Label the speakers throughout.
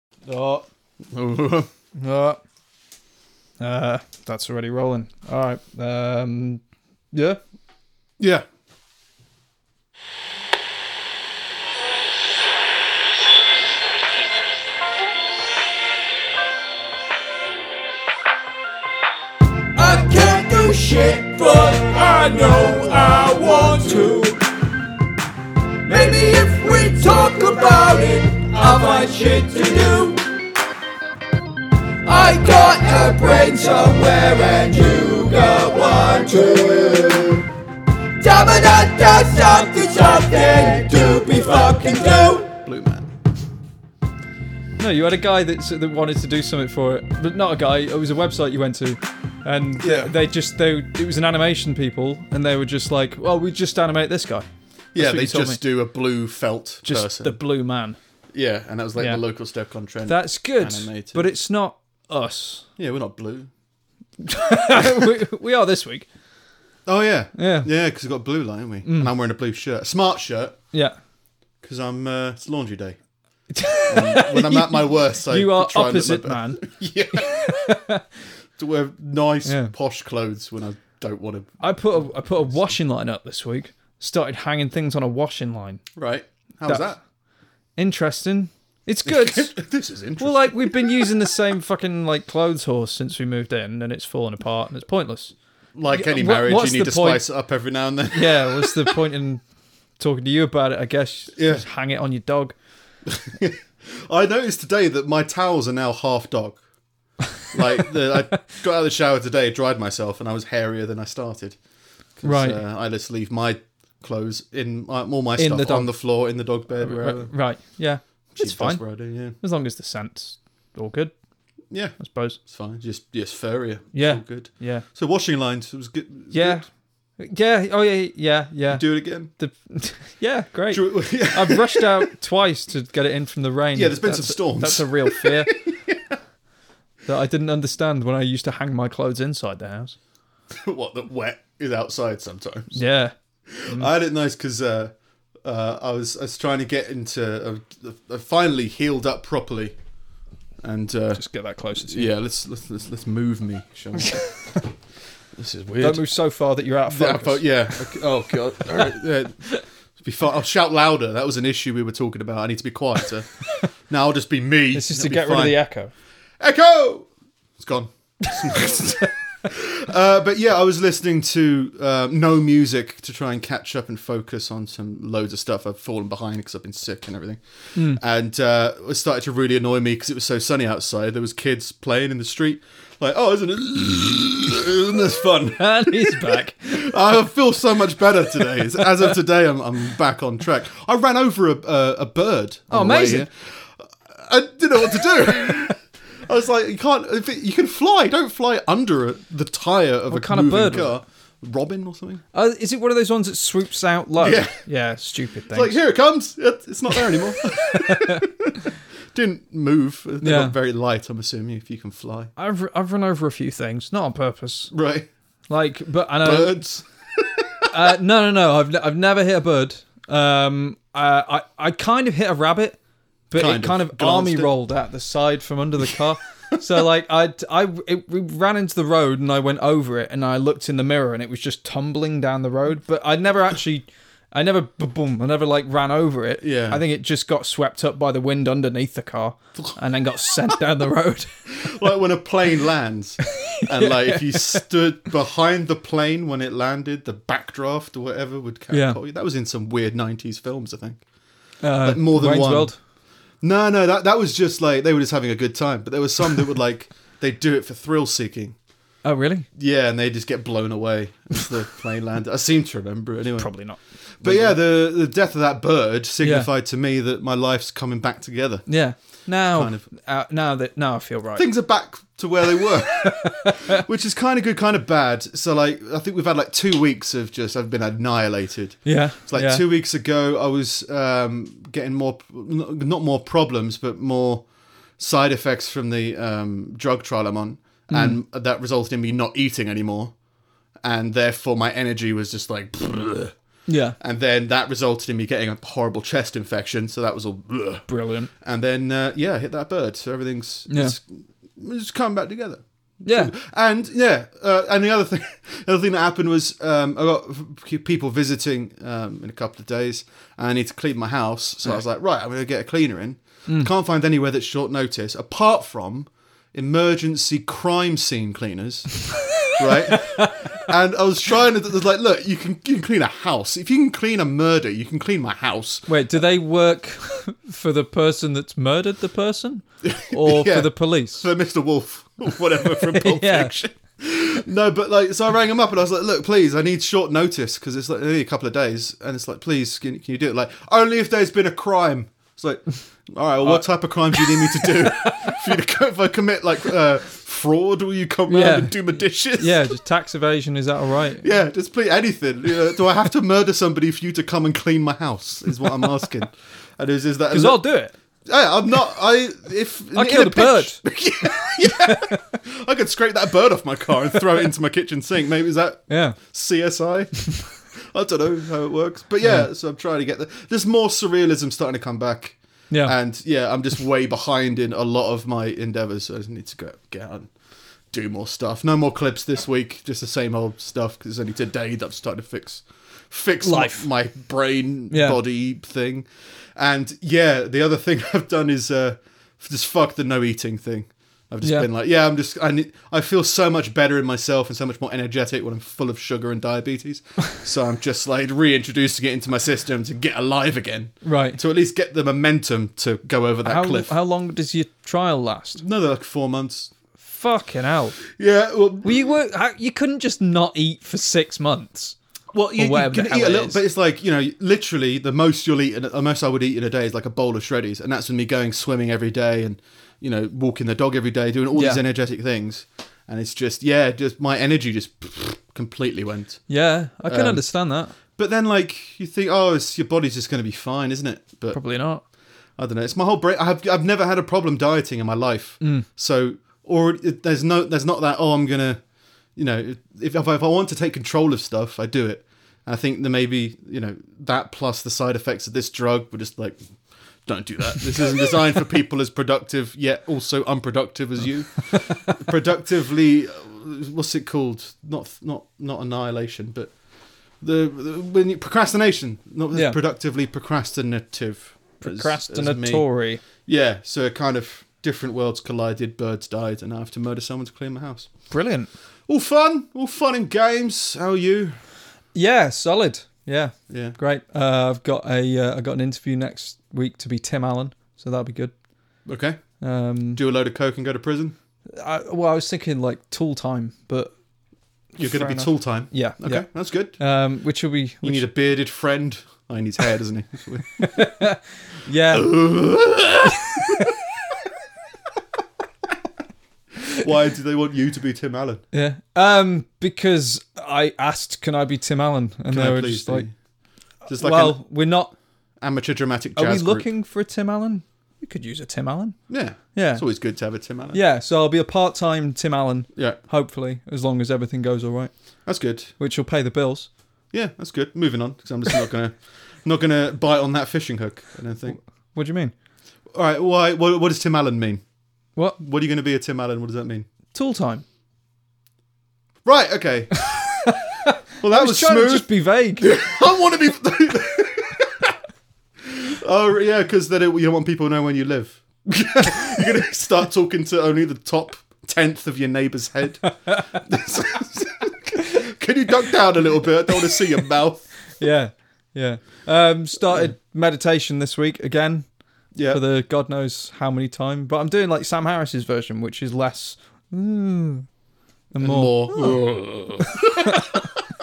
Speaker 1: Oh, no. Uh, that's already rolling. All right. Um, yeah.
Speaker 2: yeah.
Speaker 3: I can't do shit, but I know I want to. Maybe if we talk about it, I'll find shit to do. I got a brain somewhere and you got one too. Damn it, that's something, something to be fucking do.
Speaker 2: Blue man.
Speaker 1: No, you had a guy that, that wanted to do something for it, but not a guy. It was a website you went to, and
Speaker 2: Yeah.
Speaker 1: they just they it was an animation people, and they were just like, well, we just animate this guy,
Speaker 2: Yeah,
Speaker 1: what
Speaker 2: they
Speaker 1: you told
Speaker 2: just
Speaker 1: me.
Speaker 2: do a blue felt
Speaker 1: just
Speaker 2: person.
Speaker 1: the blue man.
Speaker 2: yeah, and that was like
Speaker 1: Yeah.
Speaker 2: the local Stoke on Trent.
Speaker 1: That's good,
Speaker 2: Animated.
Speaker 1: but it's not us.
Speaker 2: yeah, we're not blue.
Speaker 1: we, we are this week.
Speaker 2: Oh yeah,
Speaker 1: Yeah. Mm.
Speaker 2: yeah, because we've got a blue line, haven't we? And I'm wearing a blue shirt, a smart shirt,
Speaker 1: Yeah,
Speaker 2: because I'm uh, it's laundry day. And when I'm at my worst, I
Speaker 1: you are
Speaker 2: try and look my
Speaker 1: opposite
Speaker 2: best.
Speaker 1: man.
Speaker 2: yeah, to wear nice
Speaker 1: Yeah.
Speaker 2: posh clothes when I don't want to.
Speaker 1: I put a, I put a washing line up this week. Started hanging things on a washing line.
Speaker 2: Right? How's
Speaker 1: That's-
Speaker 2: that?
Speaker 1: Interesting. It's good.
Speaker 2: this is interesting.
Speaker 1: well, like we've been using the same fucking like clothes horse since we moved in, and it's fallen apart and it's pointless.
Speaker 2: like
Speaker 1: yeah,
Speaker 2: any
Speaker 1: wha-
Speaker 2: marriage,
Speaker 1: what's
Speaker 2: you need
Speaker 1: the
Speaker 2: to
Speaker 1: point?
Speaker 2: spice it up every now and then.
Speaker 1: Yeah, what's the point in talking to you about it? I guess
Speaker 2: Yeah.
Speaker 1: just hang it on your dog.
Speaker 2: I noticed today that my towels are now half dog. Like the, I got out of the shower today, dried myself, and I was hairier than I started. 'Cause,
Speaker 1: Right.
Speaker 2: uh, I just leave my clothes in my, all my
Speaker 1: In
Speaker 2: stuff
Speaker 1: the dog-
Speaker 2: on the floor in the dog bed wherever.
Speaker 1: Right, right, yeah,
Speaker 2: Gee,
Speaker 1: it's
Speaker 2: that's
Speaker 1: fine
Speaker 2: what I do, yeah,
Speaker 1: as long as the scent's all good,
Speaker 2: yeah,
Speaker 1: I suppose.
Speaker 2: it's fine. Just just furrier. It's
Speaker 1: Yeah.
Speaker 2: all good.
Speaker 1: Yeah,
Speaker 2: So washing lines it was good. it was
Speaker 1: yeah,
Speaker 2: good.
Speaker 1: yeah. Oh yeah, yeah, yeah.
Speaker 2: Do it again.
Speaker 1: The, yeah, great.
Speaker 2: Do it- yeah.
Speaker 1: I've rushed out twice to get it in from the rain.
Speaker 2: Yeah, there's been some
Speaker 1: That's-
Speaker 2: storms.
Speaker 1: That's a real fear that I didn't understand when I used to hang my clothes inside the house.
Speaker 2: what the wet is outside sometimes.
Speaker 1: Yeah, Hmm.
Speaker 2: I had it nice because uh, uh, I was I was trying to get into. I, I finally healed up properly, and uh,
Speaker 1: just get that closer to you.
Speaker 2: yeah, let's let's let's, let's move me. Shall we? this is weird.
Speaker 1: Don't move so far that you're out of
Speaker 2: Yeah,
Speaker 1: focus.
Speaker 2: but yeah. Okay. Oh god. All right. Yeah. Be fine. I'll shout louder. That was an issue we were talking about. I need to be quieter. now I'll just be me.
Speaker 1: This is
Speaker 2: It'll
Speaker 1: to
Speaker 2: be
Speaker 1: get rid of
Speaker 2: fine.
Speaker 1: the echo.
Speaker 2: Echo. It's gone. uh, but yeah, I was listening to uh, no music to try and catch up and focus on some loads of stuff. I've fallen behind because I've been sick and everything, and uh, it started to really annoy me because it was so sunny outside. There was kids playing in the street. Like, oh, isn't it? Isn't this fun?
Speaker 1: And he's back.
Speaker 2: I feel so much better today. As of today, I'm, I'm back on track. I ran over a, a, a bird.
Speaker 1: Oh,
Speaker 2: on the way
Speaker 1: amazing.
Speaker 2: here. I didn't know what to do. I was like, you can't. If it, you can fly, don't fly under a, the tire of a
Speaker 1: kind of
Speaker 2: moving
Speaker 1: bird was
Speaker 2: car. Robin or something.
Speaker 1: Uh, is it one of those ones that swoops out low?
Speaker 2: Yeah.
Speaker 1: stupid thing.
Speaker 2: It's like here it comes. It- It's not there anymore. didn't move. They
Speaker 1: Yeah.
Speaker 2: got very light. I'm assuming if you can fly,
Speaker 1: I've, I've run over a few things, not on purpose.
Speaker 2: right?
Speaker 1: Like, but I know.
Speaker 2: Birds.
Speaker 1: Uh, no, no, no. I've, ne- I've never hit a bird. Um, uh, I, I kind of hit a rabbit, but
Speaker 2: Kind
Speaker 1: it kind
Speaker 2: of.
Speaker 1: of,
Speaker 2: Glanced
Speaker 1: army
Speaker 2: it.
Speaker 1: rolled out the side from under the car. so, like, I, I it, we ran into the road and I went over it and I looked in the mirror and it was just tumbling down the road. But I never actually. I never, boom, I never like ran over it.
Speaker 2: Yeah.
Speaker 1: I think it just got swept up by the wind underneath the car and then got sent down the road.
Speaker 2: like when a plane lands and like if you stood behind the plane when it landed the backdraft or whatever would catapult
Speaker 1: Yeah.
Speaker 2: you that was in some weird 90s films i think
Speaker 1: Uh,
Speaker 2: Like, more than
Speaker 1: Wayne's
Speaker 2: one.
Speaker 1: World.
Speaker 2: no no that, that was just like they were just having a good time but there was some that would like they do it for thrill seeking
Speaker 1: Oh, really?
Speaker 2: yeah and they just get blown away as the plane landed i seem to remember it anyway
Speaker 1: Probably not.
Speaker 2: but yeah the, the death of that bird signified to me that my life's coming back together
Speaker 1: Yeah. Now,
Speaker 2: Kind of.
Speaker 1: uh, now that now I feel right.
Speaker 2: things are back to where they were, which is kind of good, kind of bad. So like, I think we've had like two weeks of just I've been annihilated.
Speaker 1: yeah.
Speaker 2: It's like
Speaker 1: yeah.
Speaker 2: two weeks ago, I was um, getting more, n- not more problems, but more side effects from the um, drug trial I'm on, and that resulted in me not eating anymore, and therefore my energy was just like.
Speaker 1: Yeah.
Speaker 2: And then that resulted in me getting a horrible chest infection. So that was all. Bleh.
Speaker 1: Brilliant.
Speaker 2: And then, uh, yeah, I hit that bird. So everything's
Speaker 1: Yeah.
Speaker 2: it's, it's come back together.
Speaker 1: Yeah.
Speaker 2: And yeah, uh, and the other thing, the other thing that happened was um, I got f- people visiting um, in a couple of days, and I need to clean my house. So I was like, right, I'm going to get a cleaner in.
Speaker 1: Mm.
Speaker 2: Can't find anywhere that's short notice apart from emergency crime scene cleaners, right? And I was trying to I was like, look, you can, you can clean a house. If you can clean a murder, you can clean my house.
Speaker 1: Wait, do they work for the person that's murdered the person, or
Speaker 2: Yeah.
Speaker 1: for the police?
Speaker 2: for Mr. Wolf or whatever from Pulp
Speaker 1: Yeah.
Speaker 2: Fiction. No, but like, so I rang him up and I was like, look, please, I need short notice because it's like only a couple of days. And it's like, please, can, can you do it? Like, only if there's been a crime. It's like, all right, well, what
Speaker 1: Uh,
Speaker 2: type of crime do you need me to do? for you to, co- if I commit like uh, fraud, will you come round
Speaker 1: Yeah.
Speaker 2: and do my dishes?
Speaker 1: Yeah, just tax evasion. Is that all right?
Speaker 2: Yeah, just please anything. You know, do I have to murder somebody for you to come and clean my house? Is what I'm asking. And is, is that?
Speaker 1: Because I'll do it.
Speaker 2: Hey, I'm not. I if
Speaker 1: I
Speaker 2: in
Speaker 1: killed a bird.
Speaker 2: pitch- yeah, yeah. I could scrape that bird off my car and throw it into my kitchen sink. Maybe is that
Speaker 1: Yeah.
Speaker 2: CSI? I don't know how it works, but yeah.
Speaker 1: Hmm.
Speaker 2: So I'm trying to get the, there's more surrealism starting to come back.
Speaker 1: Yeah.
Speaker 2: and yeah, I'm just way behind in a lot of my endeavors. So I just need to go get out and do more stuff. No more clips this week. Just the same old stuff because it's only today that I'm starting to fix fix my-
Speaker 1: Life.
Speaker 2: my, brain
Speaker 1: Yeah.
Speaker 2: body thing. And yeah, the other thing I've done is uh, just fuck the no eating thing. I've just
Speaker 1: Yeah.
Speaker 2: been like, yeah, I'm just, I, need, I feel so much better in myself and so much more energetic when I'm full of sugar and diabetes. so I'm just like reintroducing it into my system to get alive again
Speaker 1: Right.
Speaker 2: to at least get the momentum to go over that
Speaker 1: How,
Speaker 2: cliff.
Speaker 1: how long does your trial last?
Speaker 2: Another like four months.
Speaker 1: Fucking hell!
Speaker 2: Yeah, well,
Speaker 1: Well, you were how, you couldn't just not eat for six months.
Speaker 2: well, you, you
Speaker 1: whatever
Speaker 2: can
Speaker 1: the hell
Speaker 2: eat a
Speaker 1: it
Speaker 2: little,
Speaker 1: is.
Speaker 2: but it's like you know, literally the most you'll eat, in, the most I would eat in a day is like a bowl of shreddies, and that's with me going swimming every day and you know walking the dog every day, doing all these
Speaker 1: Yeah.
Speaker 2: energetic things, and it's just yeah, just my energy just completely went.
Speaker 1: Yeah, I
Speaker 2: Um,
Speaker 1: can understand that.
Speaker 2: But then like you think, oh, it's, your body's just going to be fine, isn't it? But
Speaker 1: Probably not.
Speaker 2: I don't know. It's my whole brain. I've I've never had a problem dieting in my life. So or it, there's no there's not that. Oh, I'm gonna, you know, if if I want to take control of stuff, I do it. And I think that maybe you know that plus the side effects of this drug were just like, don't do that. This isn't designed for people as productive yet also unproductive as you. Productively, uh, what's it called? Not not not annihilation, but the, the when you, procrastination. Not
Speaker 1: Yeah.
Speaker 2: productively procrastinative. as- as me.
Speaker 1: Procrastinatory.
Speaker 2: Yeah, so it kind of different worlds collided, birds died, and I have to murder someone to clean my house.
Speaker 1: Brilliant.
Speaker 2: All fun, all fun and games. How are you?
Speaker 1: Yeah, solid. Yeah,
Speaker 2: Yeah.
Speaker 1: great. Uh, I've got a uh, I got an interview next week to be Tim Allen, so that'll be good.
Speaker 2: Okay.
Speaker 1: Um,
Speaker 2: Do a load of coke and go to prison.
Speaker 1: I, well, I was thinking like tool time, but
Speaker 2: You're going
Speaker 1: Fair
Speaker 2: to be
Speaker 1: enough.
Speaker 2: tool time.
Speaker 1: yeah,
Speaker 2: Okay, that's good.
Speaker 1: yeah. Um, which will be
Speaker 2: You
Speaker 1: which-
Speaker 2: need a bearded friend. I need hair, doesn't he?
Speaker 1: yeah.
Speaker 2: Why do they want you to be Tim Allen?
Speaker 1: Yeah. Um, because I asked, "Can I be Tim Allen?" And
Speaker 2: Can
Speaker 1: they
Speaker 2: I
Speaker 1: were
Speaker 2: please
Speaker 1: just
Speaker 2: do?
Speaker 1: like,
Speaker 2: just like
Speaker 1: "Well,
Speaker 2: an
Speaker 1: we're not.
Speaker 2: amateur dramatic
Speaker 1: Are
Speaker 2: jazz
Speaker 1: we
Speaker 2: group.
Speaker 1: looking for a Tim Allen? We could use a Tim Allen.
Speaker 2: Yeah,
Speaker 1: Yeah.
Speaker 2: It's always good to have a Tim Allen.
Speaker 1: Yeah. So I'll be a part-time Tim Allen,
Speaker 2: yeah,
Speaker 1: hopefully, as long as everything goes all right,
Speaker 2: that's good.
Speaker 1: which will pay the bills.
Speaker 2: Yeah, that's good. Moving on, because I'm just not gonna, not gonna bite on that fishing hook. I don't think.
Speaker 1: What do you mean?
Speaker 2: All right. Why? What, what does Tim Allen mean?
Speaker 1: What
Speaker 2: What are you going to be a Tim Allen? What does that mean?
Speaker 1: tool time?
Speaker 2: Right. Okay. well, that
Speaker 1: I was,
Speaker 2: was,
Speaker 1: trying
Speaker 2: smooth.
Speaker 1: to just be vague.
Speaker 2: I want to be. oh yeah, because then it, you don't want people to know when you live. You're going to start talking to only the top tenth of your neighbour's head. Can you duck down a little bit? I don't want to see your mouth.
Speaker 1: yeah. Yeah. Um, started meditation this week again
Speaker 2: Yeah.
Speaker 1: for the God knows how many time, but I'm doing like Sam Harris's version, which is less. Mm, and more.
Speaker 2: more.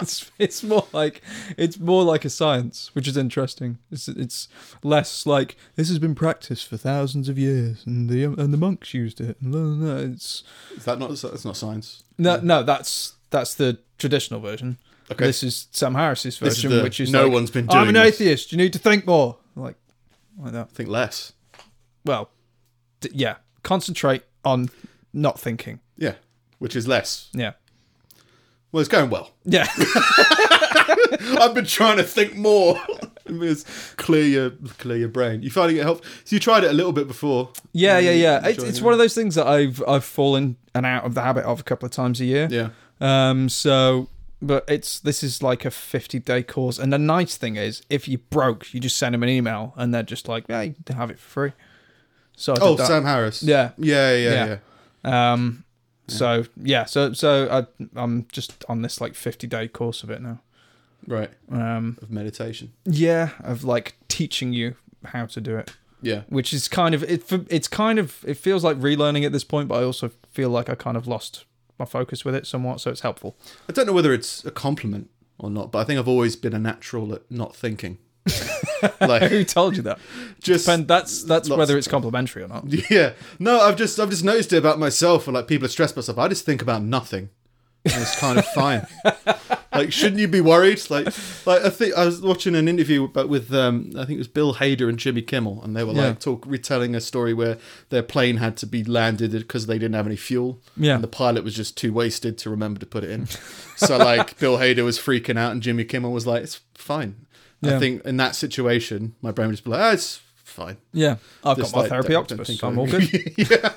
Speaker 1: it's, it's more like it's more like a science, which is interesting. It's it's less like this has been practiced for thousands of years, and the and the monks used it. And blah, blah, blah." It's
Speaker 2: Is that not? That's not science.
Speaker 1: no, no, that's that's the traditional version.
Speaker 2: Okay.
Speaker 1: This is Sam Harris's
Speaker 2: This is
Speaker 1: version,
Speaker 2: the-
Speaker 1: which is
Speaker 2: no
Speaker 1: like,
Speaker 2: one's been
Speaker 1: I'm an
Speaker 2: doing this."
Speaker 1: atheist. You need to think more, like like that.
Speaker 2: Think less.
Speaker 1: Well, d- yeah, concentrate on not thinking.
Speaker 2: Yeah. Which is less.
Speaker 1: Yeah,
Speaker 2: Well, it's going well.
Speaker 1: Yeah.
Speaker 2: I've been trying to think more. It was clear your clear your brain. You finding it helpful? So you tried it a little bit before.
Speaker 1: Yeah, yeah, yeah. It's,
Speaker 2: Enjoying
Speaker 1: it's
Speaker 2: it.
Speaker 1: one of those things that I've I've fallen and out of the habit of a couple of times a year.
Speaker 2: Yeah.
Speaker 1: Um. So, but it's this is like a fifty day course, and the nice thing is, if you broke, you just send them an email, and they're just like, yeah, you can have it for free. So I did
Speaker 2: Oh,
Speaker 1: that.
Speaker 2: Sam Harris.
Speaker 1: Yeah.
Speaker 2: Yeah, yeah,
Speaker 1: Yeah.
Speaker 2: yeah.
Speaker 1: Um. So yeah. So so I I'm just on this like fifty day course of it now.
Speaker 2: Right.
Speaker 1: Um.
Speaker 2: Of meditation.
Speaker 1: Yeah. Of like teaching you how to do it.
Speaker 2: Yeah.
Speaker 1: which is kind of it. for- It's kind of it feels like relearning at this point, but I also feel like I kind of lost my focus with it somewhat, so it's helpful.
Speaker 2: I don't know whether it's a compliment or not, but I think I've always been a natural at not thinking. like
Speaker 1: Who told you that?
Speaker 2: just
Speaker 1: And that's that's
Speaker 2: Lots
Speaker 1: whether
Speaker 2: of
Speaker 1: it's complimentary or not.
Speaker 2: yeah. No, I've just I've just noticed it about myself. Or like people are stressed about stuff. I just think about nothing. And it's kind of fine. like, shouldn't you be worried? Like, like I think I was watching an interview about with um, I think it was Bill Hader and Jimmy Kimmel, and they were
Speaker 1: Yeah.
Speaker 2: like talk retelling a story where their plane had to be landed because they didn't have any fuel.
Speaker 1: Yeah.
Speaker 2: and the pilot was just too wasted to remember to put it in. so like, Bill Hader was freaking out, and Jimmy Kimmel was like, "It's fine."
Speaker 1: Yeah.
Speaker 2: I think in that situation, my brain would just be like, "Ah, it's fine."
Speaker 1: Yeah, I've
Speaker 2: Just
Speaker 1: got my
Speaker 2: like,
Speaker 1: therapy
Speaker 2: don't- don't
Speaker 1: octopus.
Speaker 2: think
Speaker 1: I'm
Speaker 2: of
Speaker 1: all
Speaker 2: it.
Speaker 1: good.
Speaker 2: yeah,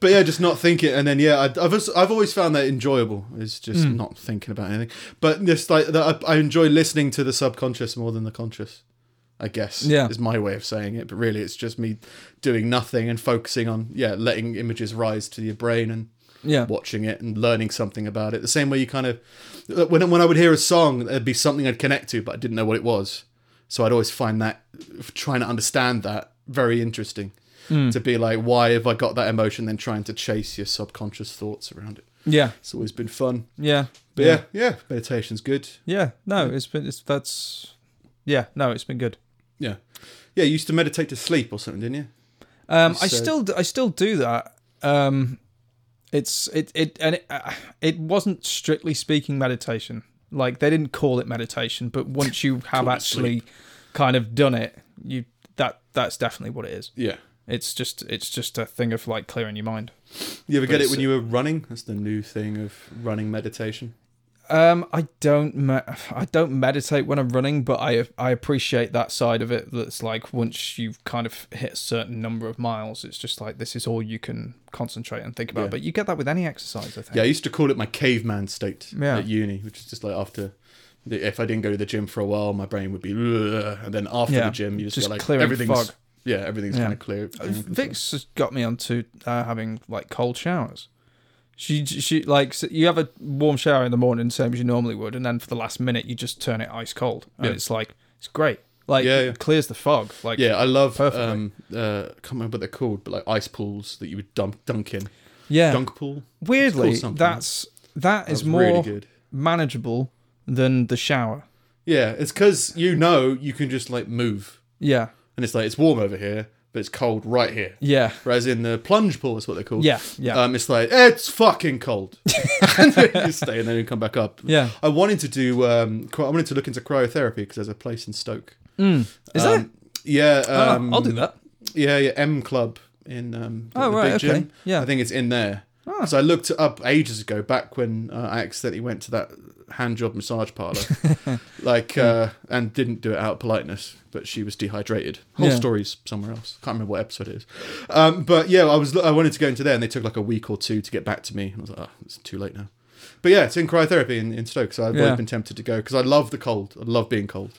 Speaker 2: but yeah, just not thinking, and then yeah, I, I've just, I've always found that enjoyable is just
Speaker 1: Hmm.
Speaker 2: not thinking about anything. But just like that, I, I enjoy listening to the subconscious more than the conscious. I guess
Speaker 1: Yeah.
Speaker 2: is my way of saying it, but really it's just me doing nothing and focusing on yeah, letting images rise to your brain and
Speaker 1: Yeah,
Speaker 2: watching it and learning something about it. The same way you kind of when when I would hear a song, there'd be something I'd connect to, but I didn't know what it was. So I'd always find that trying to understand that very interesting. To be like, why have I got that emotion? Then trying to chase your subconscious thoughts around it.
Speaker 1: yeah,
Speaker 2: It's always been fun.
Speaker 1: yeah,
Speaker 2: But yeah, yeah, meditation's good.
Speaker 1: yeah. No, it's been it's that's yeah. No, it's been good.
Speaker 2: Yeah, yeah. You used to meditate to sleep or something, didn't you?
Speaker 1: Um, I
Speaker 2: So-
Speaker 1: still I still do that. Um, it's it it and it, uh, it wasn't strictly speaking meditation. Like they didn't call it meditation, but once you have
Speaker 2: it
Speaker 1: actually kind of done it, you that that's definitely what it is.
Speaker 2: Yeah.
Speaker 1: It's just it's just a thing of like clearing your mind.
Speaker 2: You ever get it
Speaker 1: it's-
Speaker 2: when you were running? That's the new thing of running meditation.
Speaker 1: Um, I don't me- I don't meditate when I'm running, but I I appreciate that side of it. That's like once you've kind of hit a certain number of miles, it's just like this is all you can concentrate and think about.
Speaker 2: Yeah.
Speaker 1: But you get that with any exercise, I think.
Speaker 2: Yeah, I used to call it my caveman state
Speaker 1: Yeah.
Speaker 2: at uni, which is just like after. The, if I didn't go to the gym for a while, my brain would be, "Ugh," and then after
Speaker 1: Yeah,
Speaker 2: the gym, you just,
Speaker 1: just
Speaker 2: feel like
Speaker 1: clearing
Speaker 2: everything's
Speaker 1: fog.
Speaker 2: yeah, everything's
Speaker 1: Yeah. Uh,
Speaker 2: kind of clear.
Speaker 1: Vix has got me onto uh, having like cold showers. She she like so you have a warm shower in the morning, same as you normally would, and then for the last minute you just turn it ice cold, and
Speaker 2: Yeah.
Speaker 1: it's like it's great. Like
Speaker 2: Yeah, yeah.
Speaker 1: it clears the fog. Like
Speaker 2: Yeah, I love.
Speaker 1: Perfectly.
Speaker 2: Um, uh, I can't remember what they're called, but like ice pools that you would dunk dunk in,
Speaker 1: yeah.
Speaker 2: dunk pool.
Speaker 1: Weirdly,
Speaker 2: It's called something.
Speaker 1: that's that is
Speaker 2: was
Speaker 1: more
Speaker 2: really good.
Speaker 1: manageable than the shower.
Speaker 2: Yeah, it's because you know you can just like move,
Speaker 1: Yeah,
Speaker 2: and it's like it's warm over here, but it's cold right here.
Speaker 1: yeah,
Speaker 2: Whereas in the plunge pool, is what they're called.
Speaker 1: Yeah, yeah.
Speaker 2: Um, it's like it's fucking cold. and then you stay and then you come back up.
Speaker 1: Yeah.
Speaker 2: I wanted to do. Um, cry- I wanted to look into cryotherapy because there's a place in Stoke.
Speaker 1: is
Speaker 2: Um, yeah.
Speaker 1: that?
Speaker 2: Um,
Speaker 1: oh, I'll do that.
Speaker 2: Yeah, yeah. M Club in um,
Speaker 1: Oh,
Speaker 2: the
Speaker 1: right,
Speaker 2: big
Speaker 1: okay.
Speaker 2: gym.
Speaker 1: Yeah. Ah.
Speaker 2: I think it's in there. So I looked it up ages ago, back when uh, I accidentally went to that hand job massage parlor,
Speaker 1: Hmm.
Speaker 2: like, uh, and didn't do it out of politeness, but she was dehydrated. Whole
Speaker 1: Yeah.
Speaker 2: story's somewhere else. Can't remember what episode it is. Um, but yeah, I was I wanted to go into there, and they took like a week or two to get back to me, and I was like, oh, it's too late now. But yeah, it's in cryotherapy in, in Stoke, so I've
Speaker 1: Yeah. Hmm.
Speaker 2: always been tempted to go because I love the cold. I love being cold.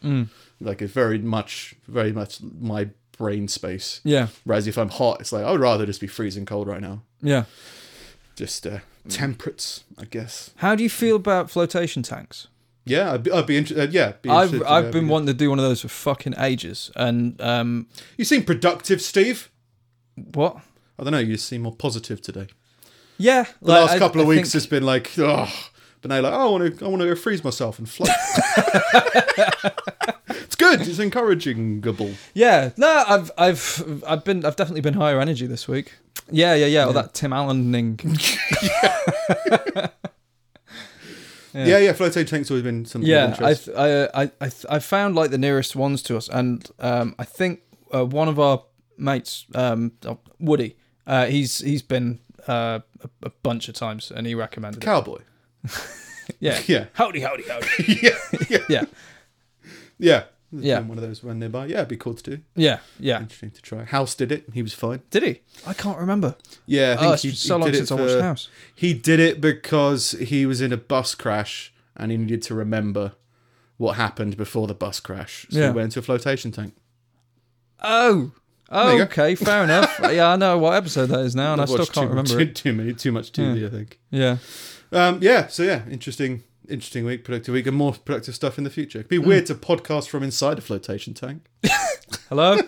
Speaker 2: Like it's very much, very much my brain space.
Speaker 1: Yeah,
Speaker 2: Whereas if I'm hot, it's like I would rather just be freezing cold right now.
Speaker 1: yeah.
Speaker 2: Just uh, temperates, I guess.
Speaker 1: How do you feel about flotation tanks?
Speaker 2: Yeah, I'd be, I'd be interested. yeah, be
Speaker 1: I've
Speaker 2: interested to,
Speaker 1: I've
Speaker 2: uh,
Speaker 1: been
Speaker 2: be-
Speaker 1: wanting to do one of those for fucking ages, and um,
Speaker 2: You seem productive, Steve.
Speaker 1: what?
Speaker 2: I don't know. You seem more positive today.
Speaker 1: Yeah,
Speaker 2: The last couple of weeks has been like, oh. But now, you're like, oh, I want to, I want to freeze myself and float. it's good. It's encouragingable.
Speaker 1: Yeah, no, I've I've I've been I've definitely been higher energy this week. Yeah, yeah, yeah. Or that Tim Allen thing.
Speaker 2: Yeah, yeah. floating tank's always been something. of
Speaker 1: yeah, I
Speaker 2: interest.
Speaker 1: th- I I I, th- I found like the nearest ones to us, and um, I think uh, one of our mates, um, uh, Woody, uh, he's he's been uh, a, a bunch of times, and he recommended. it.
Speaker 2: cowboy.
Speaker 1: Yeah.
Speaker 2: Yeah.
Speaker 1: Howdy, howdy, howdy.
Speaker 2: yeah, yeah,
Speaker 1: yeah.
Speaker 2: yeah. There's
Speaker 1: Yeah.
Speaker 2: been One of those run nearby. Yeah, it'd be cool to do.
Speaker 1: Yeah. Yeah.
Speaker 2: Interesting to try. House did it. He was fine.
Speaker 1: Did he? I can't remember.
Speaker 2: Yeah,
Speaker 1: Oh,
Speaker 2: I think
Speaker 1: it's
Speaker 2: he,
Speaker 1: been so
Speaker 2: he
Speaker 1: long
Speaker 2: did it
Speaker 1: since I watched
Speaker 2: for-
Speaker 1: House.
Speaker 2: He did it because he was in a bus crash and he needed to remember what happened before the bus crash. So
Speaker 1: Yeah.
Speaker 2: he went into a flotation tank.
Speaker 1: Oh.
Speaker 2: you go.
Speaker 1: Okay, fair enough. Yeah, I know what episode that is now, and I
Speaker 2: I've
Speaker 1: still
Speaker 2: watched
Speaker 1: can't
Speaker 2: too,
Speaker 1: remember
Speaker 2: too,
Speaker 1: it.
Speaker 2: too many, too much TV. I think.
Speaker 1: Yeah.
Speaker 2: Um, yeah. So yeah, interesting, interesting week, productive week, and more productive stuff in the future. It'd be
Speaker 1: Hmm.
Speaker 2: weird to podcast from inside a flotation tank.
Speaker 1: Hello?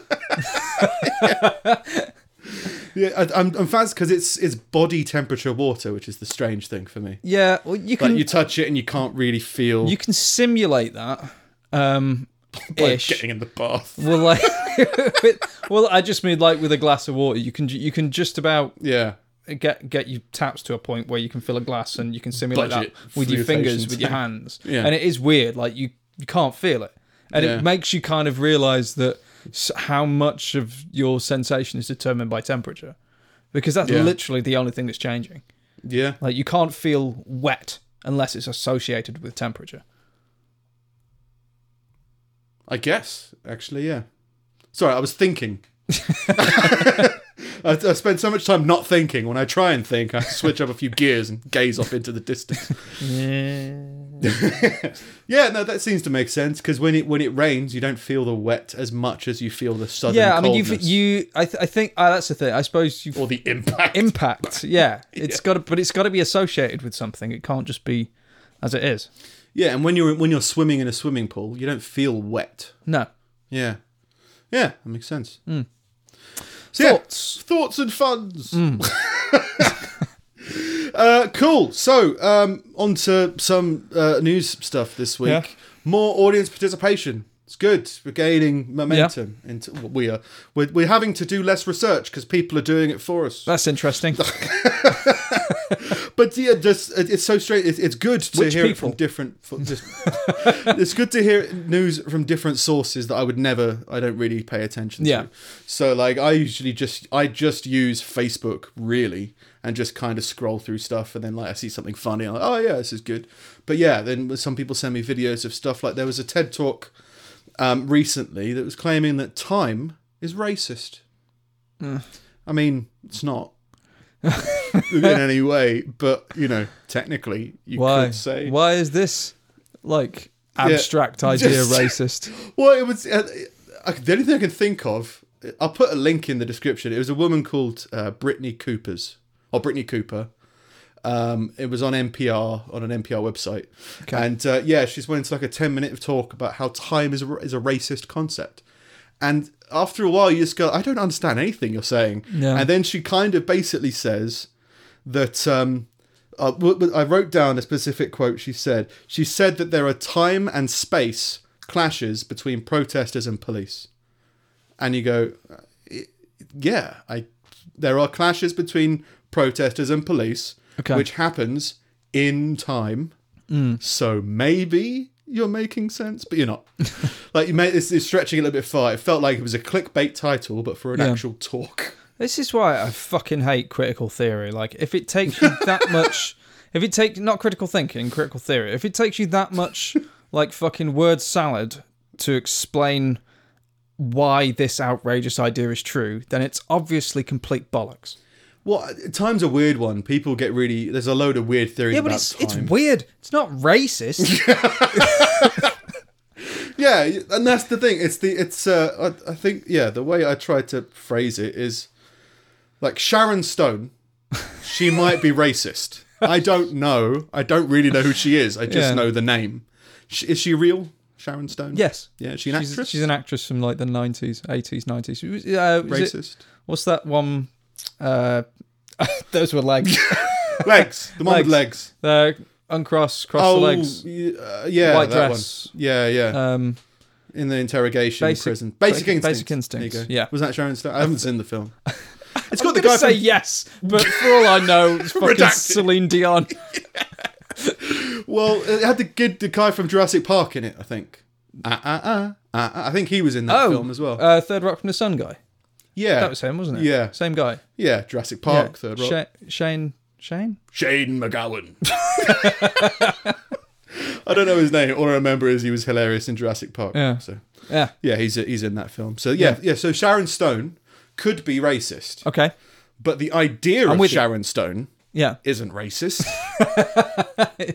Speaker 2: Yeah, I, I'm, I'm fast because it's it's body temperature water, which is the strange thing for me.
Speaker 1: yeah, well, you
Speaker 2: Like
Speaker 1: can
Speaker 2: you touch it and you can't really feel
Speaker 1: you can simulate that. Um
Speaker 2: like,
Speaker 1: ish.
Speaker 2: getting in the bath.
Speaker 1: Well, like, well, I just mean like with a glass of water, you can you can just about
Speaker 2: Yeah.
Speaker 1: get get your taps to a point where you can fill a glass and you can simulate
Speaker 2: Budget
Speaker 1: that with your
Speaker 2: flotation
Speaker 1: fingers, with your
Speaker 2: tank.
Speaker 1: hands,
Speaker 2: Yeah.
Speaker 1: and it is weird. Like you you can't feel it, and
Speaker 2: Yeah.
Speaker 1: it makes you kind of realize that s- how much of your sensation is determined by temperature, because that's
Speaker 2: Yeah.
Speaker 1: literally the only thing that's changing.
Speaker 2: Yeah.
Speaker 1: Like you can't feel wet unless it's associated with temperature.
Speaker 2: I guess, actually, yeah. Sorry, I was thinking. I, I spend so much time not thinking. When I try and think, I switch up a few gears and gaze off into the distance. Yeah, no, that seems to make sense because when it when it rains, you don't feel the wet as much as you feel the sudden
Speaker 1: Yeah, I mean,
Speaker 2: coldness
Speaker 1: you've, you, I, th- I think uh, that's the thing. I suppose you've
Speaker 2: or the impact.
Speaker 1: impact. Yeah, it's got to, but it's got to be associated with something. It can't just be as it is.
Speaker 2: yeah, and when you're when you're swimming in a swimming pool, you don't feel wet.
Speaker 1: No.
Speaker 2: Yeah, yeah, that makes sense. So, yeah,
Speaker 1: Hmm. Thoughts?
Speaker 2: thoughts and funds. uh, cool. So, um, on to some uh, news stuff this week.
Speaker 1: Yeah.
Speaker 2: More audience participation. It's good. We're gaining momentum, and we are we're, we're having to do less research because people are doing it for us.
Speaker 1: That's interesting.
Speaker 2: But yeah, just it- it's so straight. It's, it's good to
Speaker 1: Which
Speaker 2: hear it
Speaker 1: people?
Speaker 2: from different. fo- just- it's good to hear news from different sources that I would never. I don't really pay attention
Speaker 1: Yeah.
Speaker 2: to. So like, I usually just I just use Facebook really, and just kind of scroll through stuff, and then like I see something funny, I'm like, oh yeah, this is good. But yeah, then some people send me videos of stuff like there was a TED talk um, recently that was claiming that time is racist. I mean, it's not in any way, but you know, technically, you
Speaker 1: Why?
Speaker 2: could say.
Speaker 1: Why is this like abstract idea
Speaker 2: Just-
Speaker 1: racist?
Speaker 2: Well, it was uh, I, the only thing I can think of. I'll put a link in the description. It was a woman called uh, Brittany Cooper's or Brittany Cooper. Um, it was on NPR on an NPR website, and uh, yeah, she's went into like a ten minute talk about how time is a, is a racist concept, and after a while you just go, I don't understand anything you're saying,
Speaker 1: Yeah.
Speaker 2: and then she kind of basically says that um, uh, w- w- I wrote down a specific quote she said. She said that there are time and space clashes between protesters and police. And you go, uh, i- yeah, I, there are clashes between protesters and police,
Speaker 1: Okay. Mm.
Speaker 2: which happens in time. So maybe you're making sense, but you're not. like you made this is stretching it a little bit far. It felt like it was a clickbait title, but for an
Speaker 1: Yeah.
Speaker 2: actual talk.
Speaker 1: This is why I fucking hate critical theory. Like, if it takes you that much, if it takes not critical thinking, critical theory. If it takes you that much, like fucking word salad to explain why this outrageous idea is true, then it's obviously complete bollocks.
Speaker 2: Well, time's a weird one. People get really. There's a load of weird theories
Speaker 1: Yeah,
Speaker 2: about
Speaker 1: but it's it's
Speaker 2: time.
Speaker 1: weird. It's not racist.
Speaker 2: yeah, and that's the thing. It's the it's. Uh, I, I think yeah. The way I try to phrase it is, like Sharon Stone, she might be racist. I don't know. I don't really know who she is. I just
Speaker 1: Yeah.
Speaker 2: know the name. Sh- Is she real, Sharon Stone?
Speaker 1: yes.
Speaker 2: Yeah, is she an
Speaker 1: she's,
Speaker 2: actress.
Speaker 1: She's an actress from like the nineties, eighties, nineties. Uh, was it-
Speaker 2: racist.
Speaker 1: what's that one? Uh, those were legs.
Speaker 2: Legs. The one with legs.
Speaker 1: uh, uncross, cross
Speaker 2: Oh,
Speaker 1: the legs.
Speaker 2: y- uh, yeah,
Speaker 1: White
Speaker 2: that
Speaker 1: dress.
Speaker 2: one. Yeah, yeah.
Speaker 1: Um,
Speaker 2: in the interrogation
Speaker 1: Basic-
Speaker 2: prison.
Speaker 1: Basic-
Speaker 2: Basic instincts.
Speaker 1: Basic Instincts,
Speaker 2: There you go.
Speaker 1: yeah.
Speaker 2: Was that Sharon Stone? I haven't seen the film. It's
Speaker 1: I'm
Speaker 2: got the
Speaker 1: gonna
Speaker 2: guy
Speaker 1: say
Speaker 2: from
Speaker 1: yes, but for all I know, it's fucking
Speaker 2: Redacted.
Speaker 1: Celine Dion.
Speaker 2: Well, it had the good the guy from Jurassic Park in it, I think. Ah ah ah. ah, ah. I think he was in that
Speaker 1: Oh,
Speaker 2: film as well.
Speaker 1: Uh, Third Rock from the Sun guy.
Speaker 2: yeah,
Speaker 1: That was him, wasn't it?
Speaker 2: Yeah.
Speaker 1: Same guy.
Speaker 2: yeah, Jurassic Park,
Speaker 1: Yeah.
Speaker 2: Third Rock.
Speaker 1: Sha- Shane Shane?
Speaker 2: Shane McGowan. I don't know his name. All I remember is he was hilarious in Jurassic Park.
Speaker 1: Yeah.
Speaker 2: So
Speaker 1: Yeah.
Speaker 2: yeah, he's he's in that film. So yeah, yeah. so Sharon Stone could be racist,
Speaker 1: Okay.
Speaker 2: but the idea of
Speaker 1: with you.
Speaker 2: Sharon Stone
Speaker 1: Yeah.
Speaker 2: isn't racist.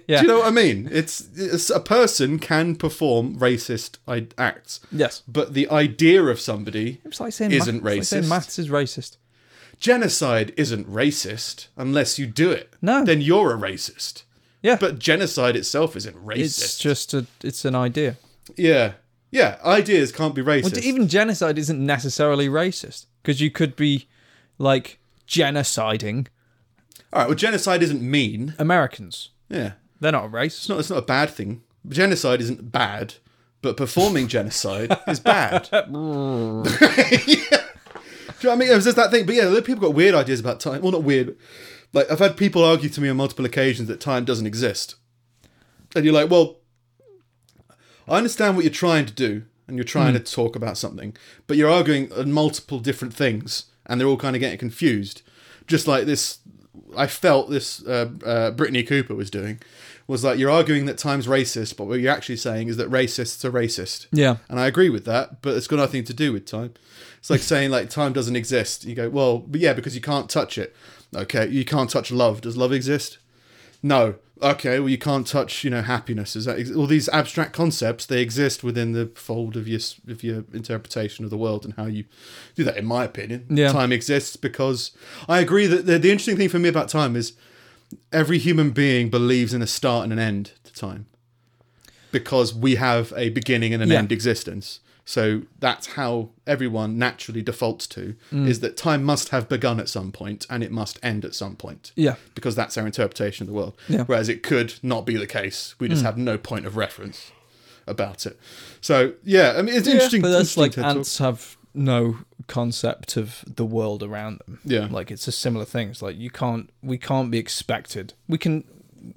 Speaker 1: Yeah.
Speaker 2: Do you know what I mean? It's, it's a person can perform racist i- acts.
Speaker 1: Yes.
Speaker 2: But the idea of somebody
Speaker 1: It's like saying
Speaker 2: isn't
Speaker 1: math- it's like saying
Speaker 2: racist.
Speaker 1: maths is racist.
Speaker 2: genocide isn't racist unless you do it.
Speaker 1: No.
Speaker 2: Then you're a racist.
Speaker 1: Yeah.
Speaker 2: But genocide itself isn't racist.
Speaker 1: it's just a it's an idea.
Speaker 2: yeah. Yeah, ideas can't be racist.
Speaker 1: But even genocide isn't necessarily racist because you could be like genociding
Speaker 2: All right, well genocide isn't mean.
Speaker 1: Americans.
Speaker 2: Yeah.
Speaker 1: They're not a race.
Speaker 2: It's not it's not a bad thing. Genocide isn't bad, but performing genocide is bad. Yeah. Do you know what I mean? It was just that thing. But yeah, people got weird ideas about time. Well, not weird. Like I've had people argue to me on multiple occasions that time doesn't exist, and you're like, well, I understand what you're trying to do, and you're trying to talk about something, but you're arguing on multiple different things, and they're all kind of getting confused. Just like this, I felt this uh, uh, Brittany Cooper was doing was like you're arguing that time's racist, but what you're actually saying is that racists are racist.
Speaker 1: Yeah.
Speaker 2: And I agree with that, but it's got nothing to do with time. It's like saying like time doesn't exist. You go, well, but yeah, because you can't touch it. Okay, you can't touch love. Does love exist? No. Okay, well, you can't touch, you know, happiness. Is that ex- all these abstract concepts? They exist within the fold of your s- of your interpretation of the world and how you do that. In my opinion,
Speaker 1: Yeah.
Speaker 2: time exists because I agree that the, the interesting thing for me about time is every human being believes in a start and an end to time because we have a beginning and an
Speaker 1: Yeah.
Speaker 2: end existence. So that's how everyone naturally defaults to
Speaker 1: Mm.
Speaker 2: is that time must have begun at some point and it must end at some point.
Speaker 1: Yeah.
Speaker 2: Because that's our interpretation of the world.
Speaker 1: Yeah. Hmm.
Speaker 2: Whereas it could not be the case. We just have no point of reference about it. So yeah, I mean it's interesting.
Speaker 1: But that's
Speaker 2: interesting
Speaker 1: like
Speaker 2: to talk-
Speaker 1: ants have no concept of the world around them.
Speaker 2: Yeah.
Speaker 1: Like it's a similar thing. It's like you can't we can't be expected. We can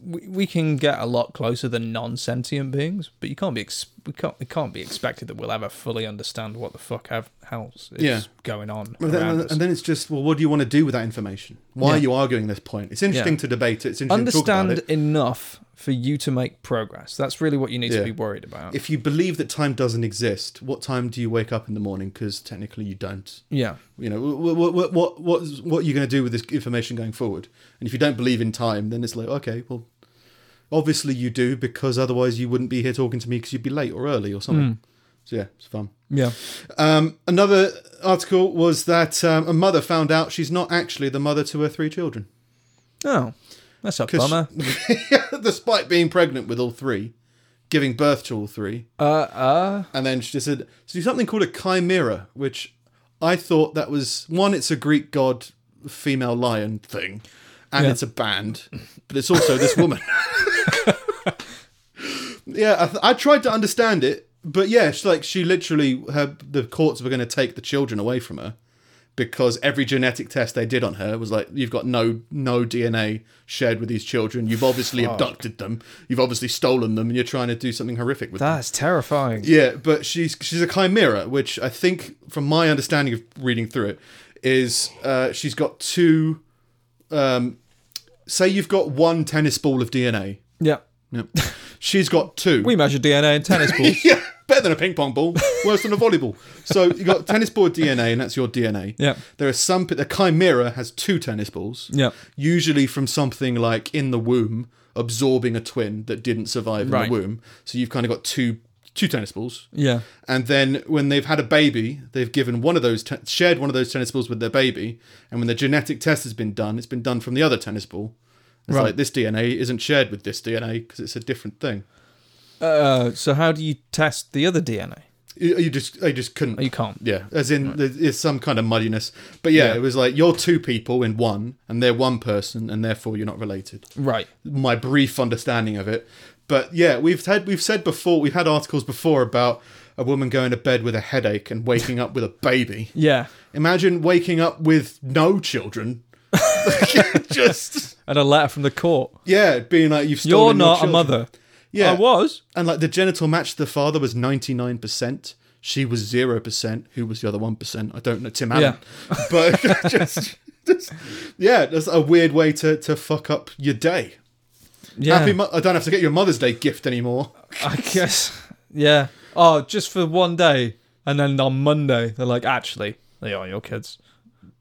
Speaker 1: we, we can get a lot closer than non-sentient beings, but you can't be ex- we can't it can't be expected that we'll ever fully understand what the fuck ev- else is
Speaker 2: Yeah.
Speaker 1: going on.
Speaker 2: But then-
Speaker 1: around us.
Speaker 2: and then it's just well, what do you want to do with that information? Why
Speaker 1: Yeah.
Speaker 2: are you arguing this point? It's interesting
Speaker 1: Yeah.
Speaker 2: to debate it. It's interesting to talk about
Speaker 1: understand
Speaker 2: it.
Speaker 1: enough for you to make progress. That's really what you need
Speaker 2: Yeah.
Speaker 1: to be worried about.
Speaker 2: If you believe that time doesn't exist, what time do you wake up in the morning? Because technically you don't.
Speaker 1: yeah.
Speaker 2: You know, what what what what, what are you going to do with this information going forward? And if you don't believe in time, then it's like okay, well, obviously you do because otherwise you wouldn't be here talking to me because you'd be late or early or something. So yeah, it's fun.
Speaker 1: Yeah.
Speaker 2: Um, another article was that um, a mother found out she's not actually the mother to her three children,
Speaker 1: Oh. That's a
Speaker 2: 'Cause-
Speaker 1: bummer.
Speaker 2: despite being pregnant with all three, giving birth to all three.
Speaker 1: Uh uh
Speaker 2: And then she just said, so do something called a chimera, which I thought that was one, it's a Greek god female lion thing, and
Speaker 1: Yeah.
Speaker 2: it's a band, but it's also this woman. yeah, I, th- I tried to understand it, but yeah, she, like she literally, her the courts were going to take the children away from her because every genetic test they did on her was like you've got no no DNA shared with these children. You've obviously abducted them. You've obviously stolen them and you're trying to do something horrific with them.
Speaker 1: that's terrifying.
Speaker 2: Yeah, but she's she's a chimera, which I think, from my understanding of reading through it, is uh, she's got two. Um, say you've got one tennis ball of DNA.
Speaker 1: Yeah.
Speaker 2: Yep. She's got two.
Speaker 1: We measure DNA in tennis balls.
Speaker 2: yeah, better than a ping pong ball. Worse than a volleyball. So you got tennis ball DNA, and that's your DNA.
Speaker 1: Yeah.
Speaker 2: There are some. A chimera has two tennis balls.
Speaker 1: Yeah.
Speaker 2: Usually from something like in the womb, absorbing a twin that didn't survive in
Speaker 1: Right.
Speaker 2: the womb. So you've kind of got two two tennis balls.
Speaker 1: yeah.
Speaker 2: And then when they've had a baby, they've given one of those te- shared one of those tennis balls with their baby. And when the genetic test has been done, it's been done from the other tennis ball. It's
Speaker 1: Right.
Speaker 2: like this DNA isn't shared with this DNA because it's a different thing.
Speaker 1: Uh so how do you test the other DNA?
Speaker 2: You, you just, I just couldn't.
Speaker 1: Oh, You can't.
Speaker 2: Yeah, as in there's there's some kind of muddiness. But yeah,
Speaker 1: Yeah.
Speaker 2: it was like you're two people in one, and they're one person, and therefore you're not related.
Speaker 1: Right.
Speaker 2: my brief understanding of it. But yeah, we've had we've said before we've had articles before about a woman going to bed with a headache and waking up with a baby.
Speaker 1: Yeah.
Speaker 2: Imagine waking up with no children. Just
Speaker 1: And a letter from the court.
Speaker 2: yeah, being like you've stolen
Speaker 1: You're
Speaker 2: your
Speaker 1: not a
Speaker 2: children.
Speaker 1: mother. Oh,
Speaker 2: Yeah,
Speaker 1: I was.
Speaker 2: and like the genital match to the father was ninety nine percent. She was zero percent. Who was the other one percent? I don't know. Tim Allen. But just Just- yeah, that's a weird way to, to fuck up your day.
Speaker 1: Yeah.
Speaker 2: Happy mo- I don't have to get your Mother's Day gift anymore.
Speaker 1: I guess. Yeah. Oh, just for one day, and then on Monday they're like, actually, they are your kids.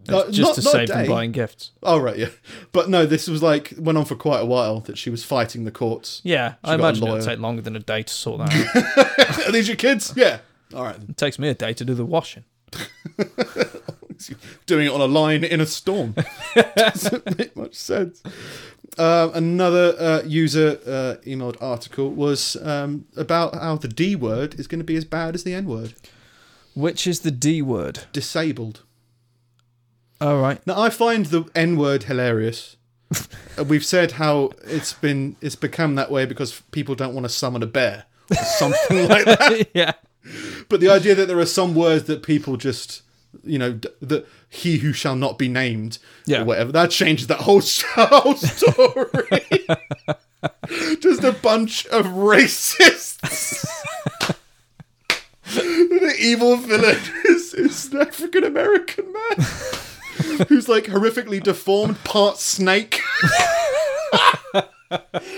Speaker 1: It's
Speaker 2: No,
Speaker 1: just
Speaker 2: Uh, not-
Speaker 1: to
Speaker 2: not
Speaker 1: save them
Speaker 2: day.
Speaker 1: buying gifts.
Speaker 2: Oh right, yeah, but no, this was like went on for quite a while that she was fighting the courts.
Speaker 1: Yeah, I
Speaker 2: got a
Speaker 1: imagine it'll
Speaker 2: lawyer.
Speaker 1: take longer than a day to sort that out.
Speaker 2: Are these your kids? Yeah. All right,
Speaker 1: it takes me a day to do the washing.
Speaker 2: doing it on a line in a storm doesn't make much sense. Um, another uh, user uh, emailed article was um, about how the D word is going to be as bad as the N word.
Speaker 1: Which is the D word?
Speaker 2: Disabled.
Speaker 1: All right.
Speaker 2: Now I find the N word hilarious. Uh, We've said how it's been it's become that way because people don't want to summon a bear or something like that.
Speaker 1: yeah.
Speaker 2: But the idea that there are some words that people just, you know, d- that he who shall not be named,
Speaker 1: Yeah.
Speaker 2: or whatever, that changes that whole, s- whole story. just a bunch of racists. the evil villain is, is an African American man who's like horrifically deformed, part snake.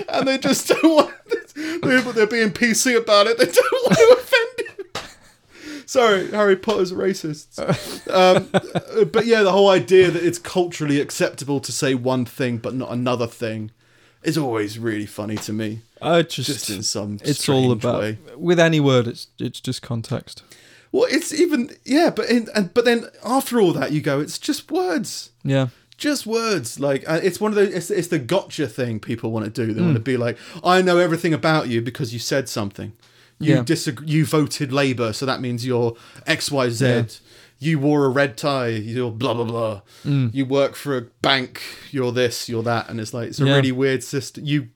Speaker 2: and they just don't want. They're, they're being PC about it. They don't want to offend him. Sorry, Harry Potter's racists. Um, uh, but yeah, the whole idea that it's culturally acceptable to say one thing but not another thing is always really funny to me.
Speaker 1: I just,
Speaker 2: Just in some
Speaker 1: it's all
Speaker 2: strange
Speaker 1: about
Speaker 2: way.
Speaker 1: with any word it's it's just context.
Speaker 2: Well, it's even yeah, but in, and but then after all that, you go, it's just words.
Speaker 1: Yeah.
Speaker 2: just words like uh, it's one of the it's, it's the gotcha thing people want to do they
Speaker 1: Hmm.
Speaker 2: want to be like i know everything about you because you said something you
Speaker 1: Yeah.
Speaker 2: disagree you voted labor so that means you're xyz you wore a red tie you're blah blah blah
Speaker 1: Hmm.
Speaker 2: you work for a bank you're this you're that and it's like it's a
Speaker 1: Yeah.
Speaker 2: really weird system you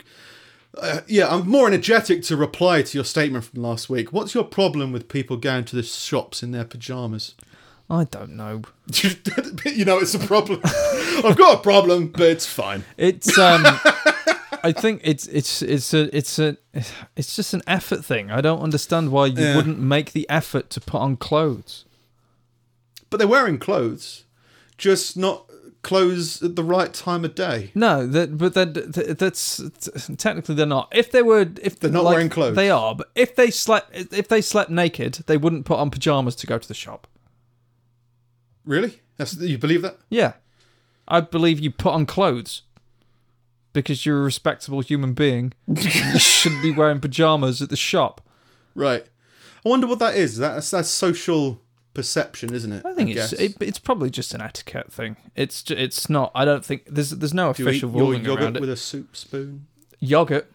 Speaker 2: uh, yeah i'm more energetic to reply to your statement from last week what's your problem with people going to the shops in their pajamas
Speaker 1: I don't know.
Speaker 2: you know it's a problem i've got a problem but it's fine
Speaker 1: It's um I think it's it's it's a it's a it's just an effort thing. I don't understand why you
Speaker 2: Yeah.
Speaker 1: wouldn't make the effort to put on clothes.
Speaker 2: but they're wearing clothes just not clothes at the right time of day
Speaker 1: No, that but that, that that's technically they're not. If they were if
Speaker 2: They're not
Speaker 1: like,
Speaker 2: wearing clothes.
Speaker 1: They are, but if they slept if they slept naked, they wouldn't put on pajamas to go to the shop.
Speaker 2: really that's you believe that
Speaker 1: Yeah. I believe you put on clothes because you're a respectable human being. you shouldn't be wearing pajamas at the shop.
Speaker 2: right i wonder what that is that's that's social perception isn't it
Speaker 1: I think it's
Speaker 2: guess.
Speaker 1: it, it's probably just an etiquette thing. It's ju- it's not. I don't think there's there's no
Speaker 2: Do you eat
Speaker 1: official
Speaker 2: your
Speaker 1: ruling
Speaker 2: yogurt
Speaker 1: around it.
Speaker 2: with a soup spoon
Speaker 1: yogurt.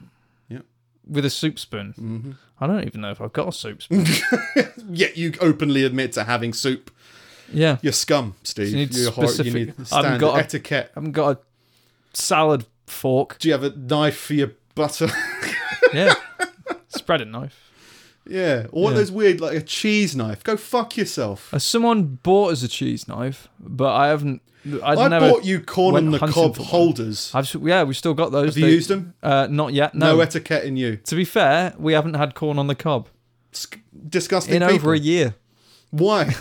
Speaker 2: Yep.
Speaker 1: With a soup spoon. Mm-hmm. I don't even know if I've got a soup spoon.
Speaker 2: yet you openly admit to having soup
Speaker 1: yeah.
Speaker 2: you're scum steve
Speaker 1: You need
Speaker 2: are
Speaker 1: specific-
Speaker 2: you
Speaker 1: I've
Speaker 2: need standard
Speaker 1: got a-
Speaker 2: etiquette
Speaker 1: I haven't got a salad fork.
Speaker 2: do you have a knife for your butter
Speaker 1: Yeah. Spread a knife.
Speaker 2: yeah or one of
Speaker 1: Yeah.
Speaker 2: those weird like a cheese knife go fuck yourself
Speaker 1: Uh, someone bought us a cheese knife, but I haven't. I've
Speaker 2: I
Speaker 1: never
Speaker 2: bought you corn
Speaker 1: went
Speaker 2: on the
Speaker 1: hunting
Speaker 2: cob
Speaker 1: for one.
Speaker 2: holders.
Speaker 1: I've, s- yeah, we've still got those.
Speaker 2: Have you used them?
Speaker 1: Uh, not yet. No.
Speaker 2: No etiquette in you.
Speaker 1: to be fair, we haven't had corn on the cob
Speaker 2: It's disgusting.
Speaker 1: in
Speaker 2: people.
Speaker 1: over a year.
Speaker 2: Why?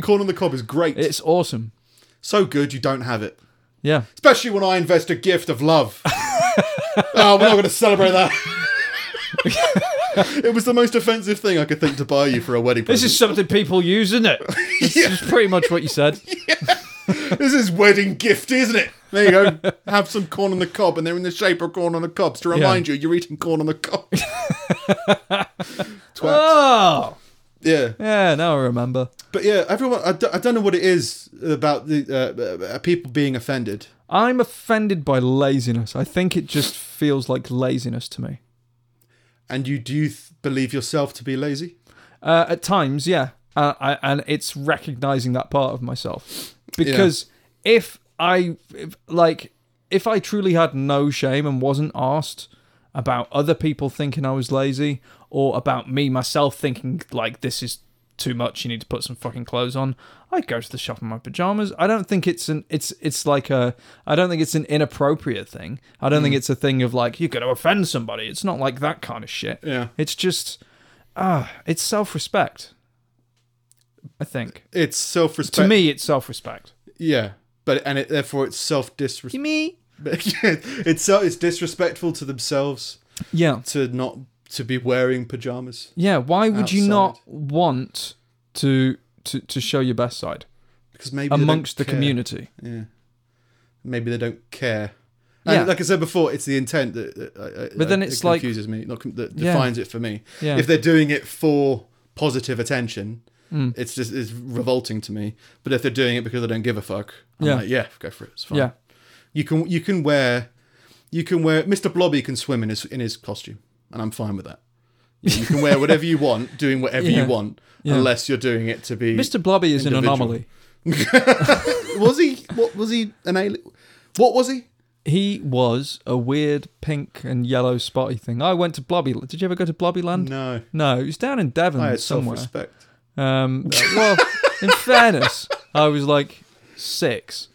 Speaker 2: corn on the cob is great.
Speaker 1: It's awesome.
Speaker 2: so good you don't have it.
Speaker 1: Yeah.
Speaker 2: Especially when I invest a gift of love. oh, we're not going to celebrate that. it was the most offensive thing I could think to buy you for a wedding
Speaker 1: This
Speaker 2: present.
Speaker 1: is something people use, isn't it? This is pretty much what you said.
Speaker 2: This is wedding gift, isn't it? There you go. Have some corn on the cob, and they're in the shape of corn on the cobs to remind you you're eating corn on the cob. Twat.
Speaker 1: Oh.
Speaker 2: Yeah.
Speaker 1: Yeah, now I remember.
Speaker 2: But yeah, everyone, I don't, I don't know what it is about the uh, uh, people being offended.
Speaker 1: I'm offended by laziness. I think it just feels like laziness to me.
Speaker 2: And you do you th- believe yourself to be lazy?
Speaker 1: Uh, at times, yeah, uh, I, and it's recognizing that part of myself because if I if, like if I truly had no shame and wasn't asked about other people thinking I was lazy or about me myself thinking like this is too much, you need to put some fucking clothes on. I'd go to the shop in my pajamas. I don't think it's an it's it's like a I don't think it's an inappropriate thing. I don't think it's a thing of like you're going to offend somebody. It's not like that kind of shit.
Speaker 2: Yeah.
Speaker 1: It's just Ah, it's self-respect. I think
Speaker 2: It's self-respect.
Speaker 1: to me, it's self-respect.
Speaker 2: yeah. but and it, therefore it's self disrespect.
Speaker 1: me.
Speaker 2: it's so it's disrespectful to themselves
Speaker 1: Yeah.
Speaker 2: to not to be wearing pajamas
Speaker 1: Yeah. Why would you
Speaker 2: Outside.
Speaker 1: not want to, to to show your best side
Speaker 2: because maybe they don't
Speaker 1: amongst the
Speaker 2: care.
Speaker 1: community?
Speaker 2: Yeah, maybe they don't care. And
Speaker 1: Yeah.
Speaker 2: like I said before, it's the intent that, that I, I-
Speaker 1: But then
Speaker 2: I-
Speaker 1: it's
Speaker 2: it
Speaker 1: like-
Speaker 2: confuses me, not com- that
Speaker 1: Yeah.
Speaker 2: defines it for me.
Speaker 1: Yeah.
Speaker 2: If they're doing it for positive attention,
Speaker 1: Hmm.
Speaker 2: it's just it's revolting to me. But if they're doing it because they don't give a fuck, I'm
Speaker 1: Yeah.
Speaker 2: like, yeah, go for it. It's fine.
Speaker 1: Yeah.
Speaker 2: you can you can wear you can wear Mr. Blobby can swim in his in his costume, and I'm fine with that. You can wear whatever you want, doing whatever
Speaker 1: Yeah.
Speaker 2: you want,
Speaker 1: Yeah.
Speaker 2: unless you're doing it to be
Speaker 1: Mr. Blobby is
Speaker 2: Individual.
Speaker 1: an anomaly.
Speaker 2: Was he? What was he? An alien? What was he?
Speaker 1: He was a weird pink and yellow spotty thing. I went to Blobby. Did you ever go to Blobbyland?
Speaker 2: No.
Speaker 1: No, it was down in Devon
Speaker 2: I had
Speaker 1: somewhere.
Speaker 2: self-respect.
Speaker 1: Um, well, in fairness, I was like six.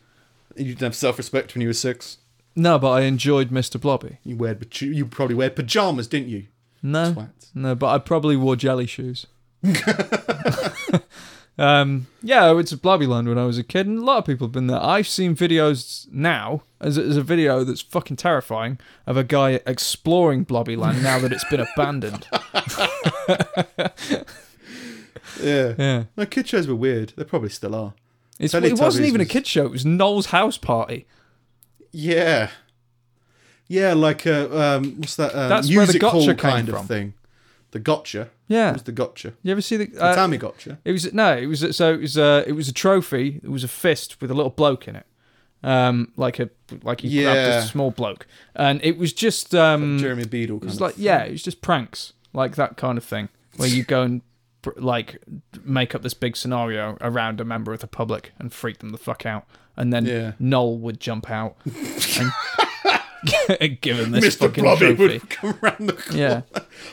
Speaker 2: You didn't have self-respect when you were six.
Speaker 1: No, but I enjoyed Mr. Blobby.
Speaker 2: You wear, but you probably wear pajamas, didn't you?
Speaker 1: No,
Speaker 2: Twat.
Speaker 1: no, but I probably wore jelly shoes. um, yeah, I went to Blobbyland when I was a kid, and a lot of people have been there. I've seen videos now as as a video that's fucking terrifying of a guy exploring Blobbyland now that it's been abandoned.
Speaker 2: Yeah.
Speaker 1: Yeah,
Speaker 2: No, kid shows were weird. They probably still are.
Speaker 1: it's, it wasn't
Speaker 2: Teletubbies
Speaker 1: even a
Speaker 2: was-
Speaker 1: kid show. It was Noel's house party.
Speaker 2: Yeah. Yeah, like uh, um, what's that? Uh,
Speaker 1: That's where the
Speaker 2: music
Speaker 1: gotcha
Speaker 2: hall
Speaker 1: came
Speaker 2: kind
Speaker 1: from.
Speaker 2: of thing. The gotcha. It
Speaker 1: Yeah,
Speaker 2: was the gotcha.
Speaker 1: you ever see the
Speaker 2: The
Speaker 1: uh,
Speaker 2: Tammy gotcha.
Speaker 1: It was no, it was so it was a it was a trophy. It was a fist with a little bloke in it, um, like a like he
Speaker 2: Yeah.
Speaker 1: grabbed a small bloke, and it was just um,
Speaker 2: Jeremy Beadle.
Speaker 1: it
Speaker 2: Kind
Speaker 1: was
Speaker 2: of
Speaker 1: like
Speaker 2: thing.
Speaker 1: yeah, it was just pranks like that kind of thing where you go and pr- like make up this big scenario around a member of the public and freak them the fuck out, and then
Speaker 2: Yeah.
Speaker 1: Noel would jump out and give him this
Speaker 2: Mr.
Speaker 1: fucking
Speaker 2: Blobby
Speaker 1: trophy.
Speaker 2: would come round the corner.
Speaker 1: Yeah,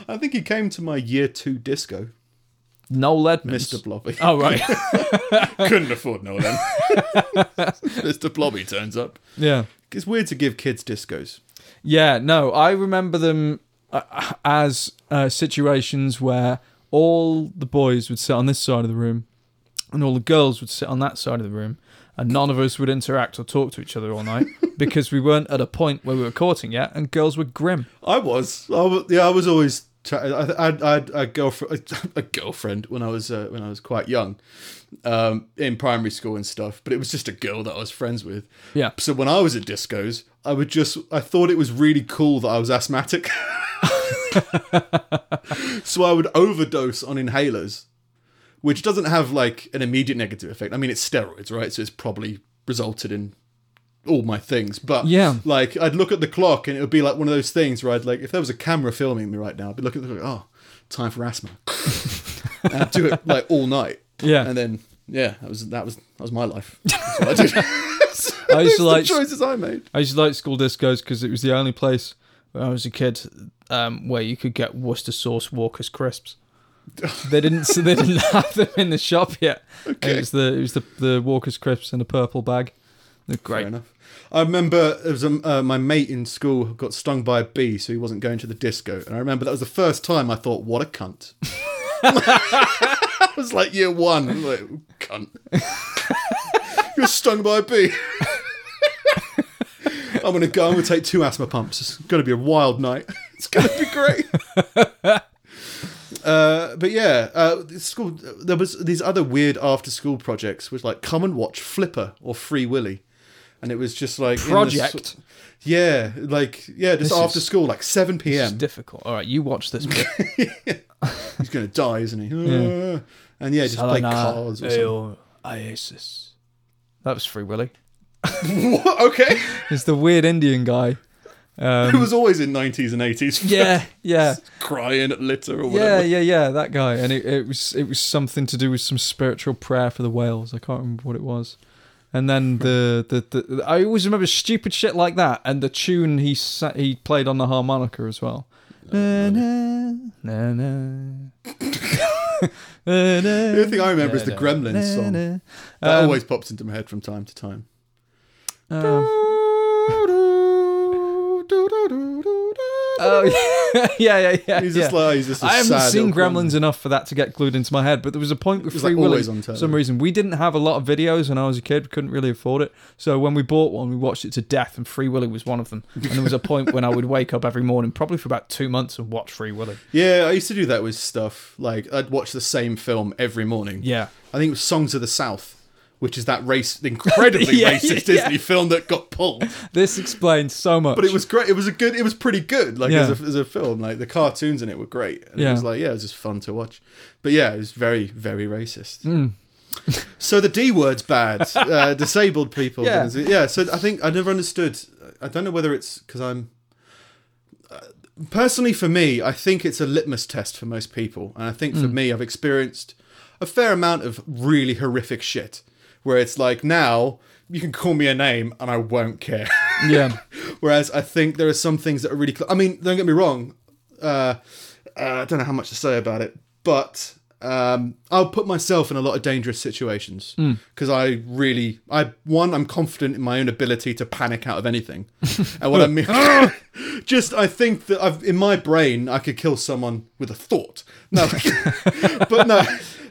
Speaker 2: I think he came to my year two disco.
Speaker 1: Noel Edmonds.
Speaker 2: Mr. Blobby.
Speaker 1: Oh right,
Speaker 2: Couldn't afford no then. Mr. Blobby turns up.
Speaker 1: yeah.
Speaker 2: It's weird to give kids discos.
Speaker 1: Yeah, no, I remember them uh, as uh, situations where all the boys would sit on this side of the room and all the girls would sit on that side of the room and none of us would interact or talk to each other all night because we weren't at a point where we were courting yet and girls were grim.
Speaker 2: I was. I was yeah, I was always. Tra- I, I, I had a girlfriend, a girlfriend when I was uh, when I was quite young, um, in primary school and stuff. But it was just a girl that I was friends with.
Speaker 1: Yeah.
Speaker 2: So when I was at discos, I would just. I thought it was really cool that I was asthmatic. so I would overdose on inhalers, which doesn't have like an immediate negative effect. I mean, it's steroids, right? So it's probably resulted in all my things. But
Speaker 1: Yeah.
Speaker 2: like I'd look at the clock and it would be like one of those things where I'd like if there was a camera filming me right now, I'd be looking at the clock, oh, time for asthma. and I'd do it like all night.
Speaker 1: Yeah.
Speaker 2: And then yeah, that was that was that was my life. That's what I did.
Speaker 1: I used
Speaker 2: It's
Speaker 1: to
Speaker 2: the
Speaker 1: like
Speaker 2: choices I made.
Speaker 1: I used to like school discos because it was the only place when I was a kid um, where you could get Worcester sauce Walker's crisps. they didn't. So they didn't have them in the shop yet. It was the it was the, the Walker's crisps in a purple bag. They're
Speaker 2: Fair
Speaker 1: great.
Speaker 2: enough. I remember it was um, uh, my mate in school got stung by a bee, so he wasn't going to the disco. And I remember that was the first time I thought, "What a cunt." I was like year one, I was like cunt. You're stung by a bee. I'm gonna go. I'm gonna take two asthma pumps. It's gonna be a wild night. It's gonna be great. Uh, but yeah, uh, the school. There was these other weird after-school projects, which like come and watch Flipper or Free Willy, and it was just like in the
Speaker 1: Project.
Speaker 2: so- yeah, like yeah, just
Speaker 1: This
Speaker 2: after
Speaker 1: is-
Speaker 2: school, like seven
Speaker 1: It's
Speaker 2: p.m.
Speaker 1: difficult. All right, you watch this. Bit.
Speaker 2: He's gonna die, isn't he?
Speaker 1: Yeah.
Speaker 2: And yeah, just play
Speaker 1: uh,
Speaker 2: cards or something.
Speaker 1: Isis. That was Free Willy.
Speaker 2: What?
Speaker 1: oh.
Speaker 2: Okay,
Speaker 1: It's the weird Indian guy.
Speaker 2: it was always in nineties and eighties.
Speaker 1: Um, Yeah, yeah,
Speaker 2: crying at litter or
Speaker 1: yeah,
Speaker 2: whatever.
Speaker 1: yeah, yeah. That guy, and it, it was it was something to do with some spiritual prayer for the whales. I can't remember what it was. And then the, the, the I always remember stupid shit like that, and the tune he sa- he played on the harmonica as well. Na na na na. Na, na.
Speaker 2: The only thing I remember is the
Speaker 1: Na,
Speaker 2: Gremlins
Speaker 1: na,
Speaker 2: song.
Speaker 1: na.
Speaker 2: That
Speaker 1: Um,
Speaker 2: always pops into my head from time to time.
Speaker 1: Um, oh, yeah, yeah, yeah.
Speaker 2: He's just
Speaker 1: yeah.
Speaker 2: like- oh, he's just a
Speaker 1: I haven't
Speaker 2: sad
Speaker 1: seen
Speaker 2: little
Speaker 1: Gremlins enough for that to get glued into my head, but there was a point with
Speaker 2: was,
Speaker 1: Free
Speaker 2: like,
Speaker 1: Willy.
Speaker 2: always on
Speaker 1: For
Speaker 2: telly.
Speaker 1: some reason, we didn't have a lot of videos when I was a kid. We couldn't really afford it, so when we bought one, we watched it to death, and Free Willy was one of them. And there was a point when I would wake up every morning, probably for about two months, and watch Free Willy.
Speaker 2: Yeah, I used to do that with stuff. Like I'd watch the same film every morning.
Speaker 1: Yeah.
Speaker 2: I think it was Songs of the South, which is that race incredibly
Speaker 1: Yeah,
Speaker 2: racist
Speaker 1: yeah.
Speaker 2: Disney film that got pulled.
Speaker 1: This explains so much.
Speaker 2: But it was great. It was a good. It was pretty good. Like
Speaker 1: Yeah.
Speaker 2: as, a, as a film, like the cartoons in it were great. And
Speaker 1: Yeah.
Speaker 2: it was like yeah, it was just fun to watch. But yeah, it was very very racist.
Speaker 1: Hmm.
Speaker 2: so the D word's bad. uh, disabled people.
Speaker 1: Yeah.
Speaker 2: yeah. So I think I never understood. I don't know whether it's because I'm. uh, Personally, for me, I think it's a litmus test for most people, and I think
Speaker 1: Hmm.
Speaker 2: for me, I've experienced a fair amount of really horrific shit, where it's like now you can call me a name and I won't care.
Speaker 1: yeah,
Speaker 2: Whereas I think there are some things that are really. Cl- I mean, don't get me wrong. Uh, uh, I don't know how much to say about it, but um, I'll put myself in a lot of dangerous situations because I really, I one, I'm confident in my own ability to panic out of anything, and what I mean, just I think that I've in my brain I could kill someone with a thought. No, but no.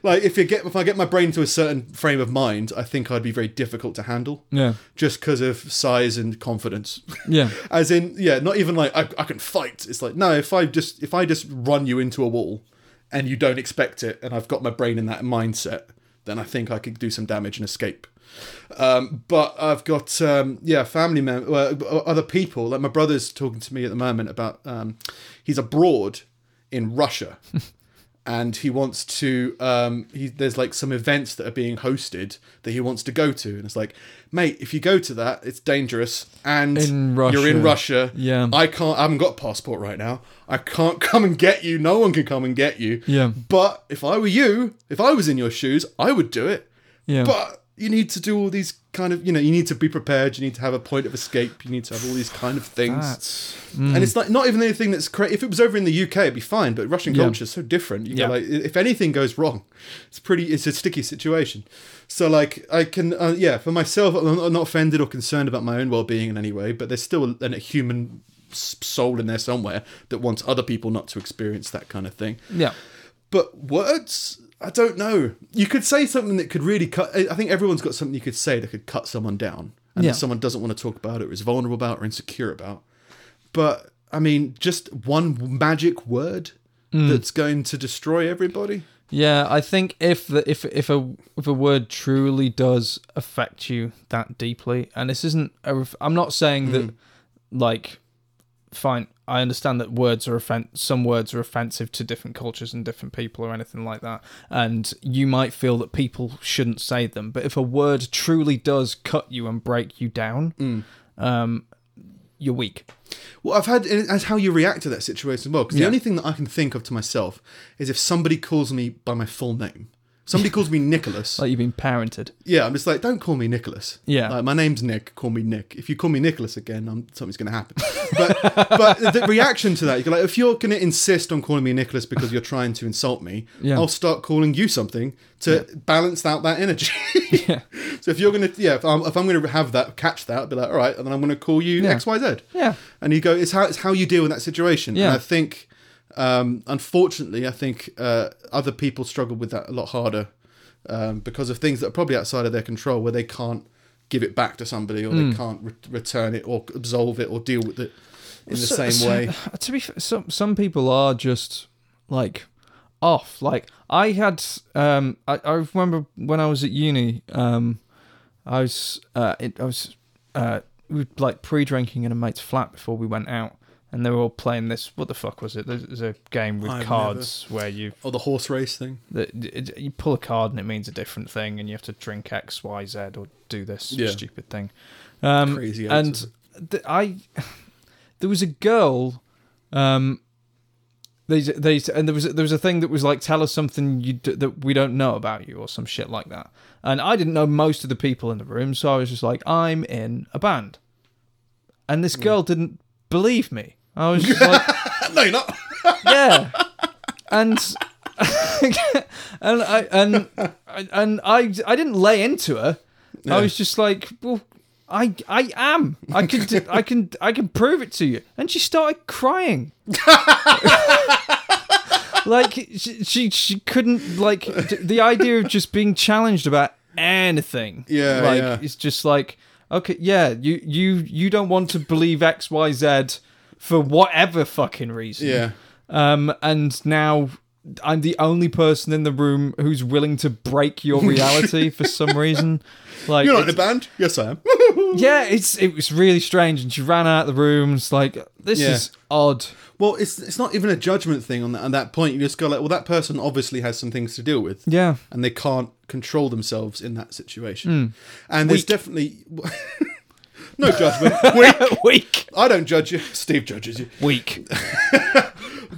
Speaker 2: Like if you get if I get my brain to a certain frame of mind, I think I'd be very difficult to handle.
Speaker 1: Yeah.
Speaker 2: Just because of size and confidence.
Speaker 1: yeah,
Speaker 2: As in, yeah, not even like I, I can fight. It's like no, if I just if I just run you into a wall, and you don't expect it, and I've got my brain in that mindset, then I think I could do some damage and escape. Um, but I've got um, yeah, family members, uh, other people. Like my brother's talking to me at the moment about um, he's abroad in Russia, and he wants to. Um, he, there's like some events that are being hosted that he wants to go to, and it's like, mate, if you go to that, it's dangerous, and
Speaker 1: In
Speaker 2: you're
Speaker 1: Russia.
Speaker 2: in Russia.
Speaker 1: Yeah.
Speaker 2: I can't. I haven't got a passport right now. I can't come and get you. No one can come and get you.
Speaker 1: Yeah.
Speaker 2: But if I were you, if I was in your shoes, I would do it.
Speaker 1: yeah.
Speaker 2: But you need to do all these kind of, you know, you need to be prepared. You need to have a point of escape. You need to have all these kind of things.
Speaker 1: That's-
Speaker 2: And it's like not even anything that's cra If it was over in the UK, it'd be fine. But Russian
Speaker 1: Yeah.
Speaker 2: culture is so different. You
Speaker 1: Yeah.
Speaker 2: yeah. like if anything goes wrong, it's pretty. It's a sticky situation. So like I can, uh, yeah, for myself, I'm I'm not offended or concerned about my own well-being in any way. But there's still a, a human s- soul in there somewhere that wants other people not to experience that kind of thing
Speaker 1: yeah.
Speaker 2: but words i don't know you could say something that could really cut i I think everyone's got something you could say that could cut someone down and
Speaker 1: Yeah.
Speaker 2: that someone doesn't want to talk about it or is vulnerable about or insecure about but i mean just one magic word
Speaker 1: Hmm.
Speaker 2: that's going to destroy everybody
Speaker 1: Yeah, I think if the, if if a if a word truly does affect you that deeply, and this isn't, a ref- I'm not saying that, like, fine, I understand that words are offen- some words are offensive to different cultures and different people or anything like that, and you might feel that people shouldn't say them, but if a word truly does cut you and break you down, um, you're weak.
Speaker 2: Well, I've had and as how you react to that situation as well. Because
Speaker 1: Yeah.
Speaker 2: the only thing that I can think of to myself is if somebody calls me by my full name. Somebody calls me Nicholas.
Speaker 1: Like you've been parented.
Speaker 2: yeah, I'm just like, don't call me Nicholas.
Speaker 1: Yeah.
Speaker 2: like my name's Nick. Call me Nick. If you call me Nicholas again, I'm, something's going to happen. But but the reaction to that, you're like, if you're going to insist on calling me Nicholas because you're trying to insult me,
Speaker 1: Yeah.
Speaker 2: I'll start calling you something to balance out that energy.
Speaker 1: Yeah.
Speaker 2: So if you're going to, yeah, if I'm, if I'm going to have that, catch that, be like, all right, and then I'm going to call you
Speaker 1: Yeah.
Speaker 2: X, Y, Z.
Speaker 1: Yeah.
Speaker 2: And you go, it's how it's how you deal with that situation.
Speaker 1: Yeah.
Speaker 2: And I think, um, unfortunately, I think uh, other people struggle with that a lot harder um, because of things that are probably outside of their control, where they can't give it back to somebody, or
Speaker 1: Hmm.
Speaker 2: they can't re- return it, or absolve it, or deal with it in the
Speaker 1: So-
Speaker 2: same
Speaker 1: so- uh,
Speaker 2: way.
Speaker 1: To be fair, some some people are just like off. Like I had, um, I, I remember when I was at uni, um, I was, uh, it, I was, uh, we were like pre-drinking in a mate's flat before we went out, and they were all playing this. What the fuck was it? There's, there's a game with
Speaker 2: I've
Speaker 1: cards where you
Speaker 2: Or the horse race thing.
Speaker 1: that it- you pull a card and it means a different thing, and you have to drink X, Y, Z, or do this
Speaker 2: Yeah.
Speaker 1: stupid thing. Um,
Speaker 2: Crazy
Speaker 1: And th- I, there was a girl. Um, they they and there was there was a thing that was like tell us something you d- that we don't know about you or some shit like that. And I didn't know most of the people in the room, so I was just like, I'm in a band, and
Speaker 2: Hmm.
Speaker 1: this girl didn't believe me. I was just like
Speaker 2: Uh, No, you're not.
Speaker 1: yeah and and i and and i i didn't lay into her i was just like well I I am. I can do- I can I can prove it to you. And she started crying. like she, she she couldn't like d- the idea of just being challenged about anything.
Speaker 2: Yeah,
Speaker 1: like
Speaker 2: yeah.
Speaker 1: it's just like okay, yeah, you you you don't want to believe X Y Z for whatever fucking reason.
Speaker 2: Yeah.
Speaker 1: Um, and now I'm the only person in the room who's willing to break your reality for some reason. Like
Speaker 2: You're not in a
Speaker 1: it's-
Speaker 2: band? Yes, I am.
Speaker 1: yeah, it's it was really strange, and she ran out of the room. It's like this
Speaker 2: Yeah.
Speaker 1: is odd.
Speaker 2: well, it's it's not even a judgment thing on that, on that point. You just go like, well, that person obviously has some things to deal with.
Speaker 1: Yeah,
Speaker 2: and they can't control themselves in that situation. And
Speaker 1: Hmm.
Speaker 2: there's
Speaker 1: Weak.
Speaker 2: definitely no judgment. Weak.
Speaker 1: weak,
Speaker 2: I don't judge you. Steve judges you.
Speaker 1: weak.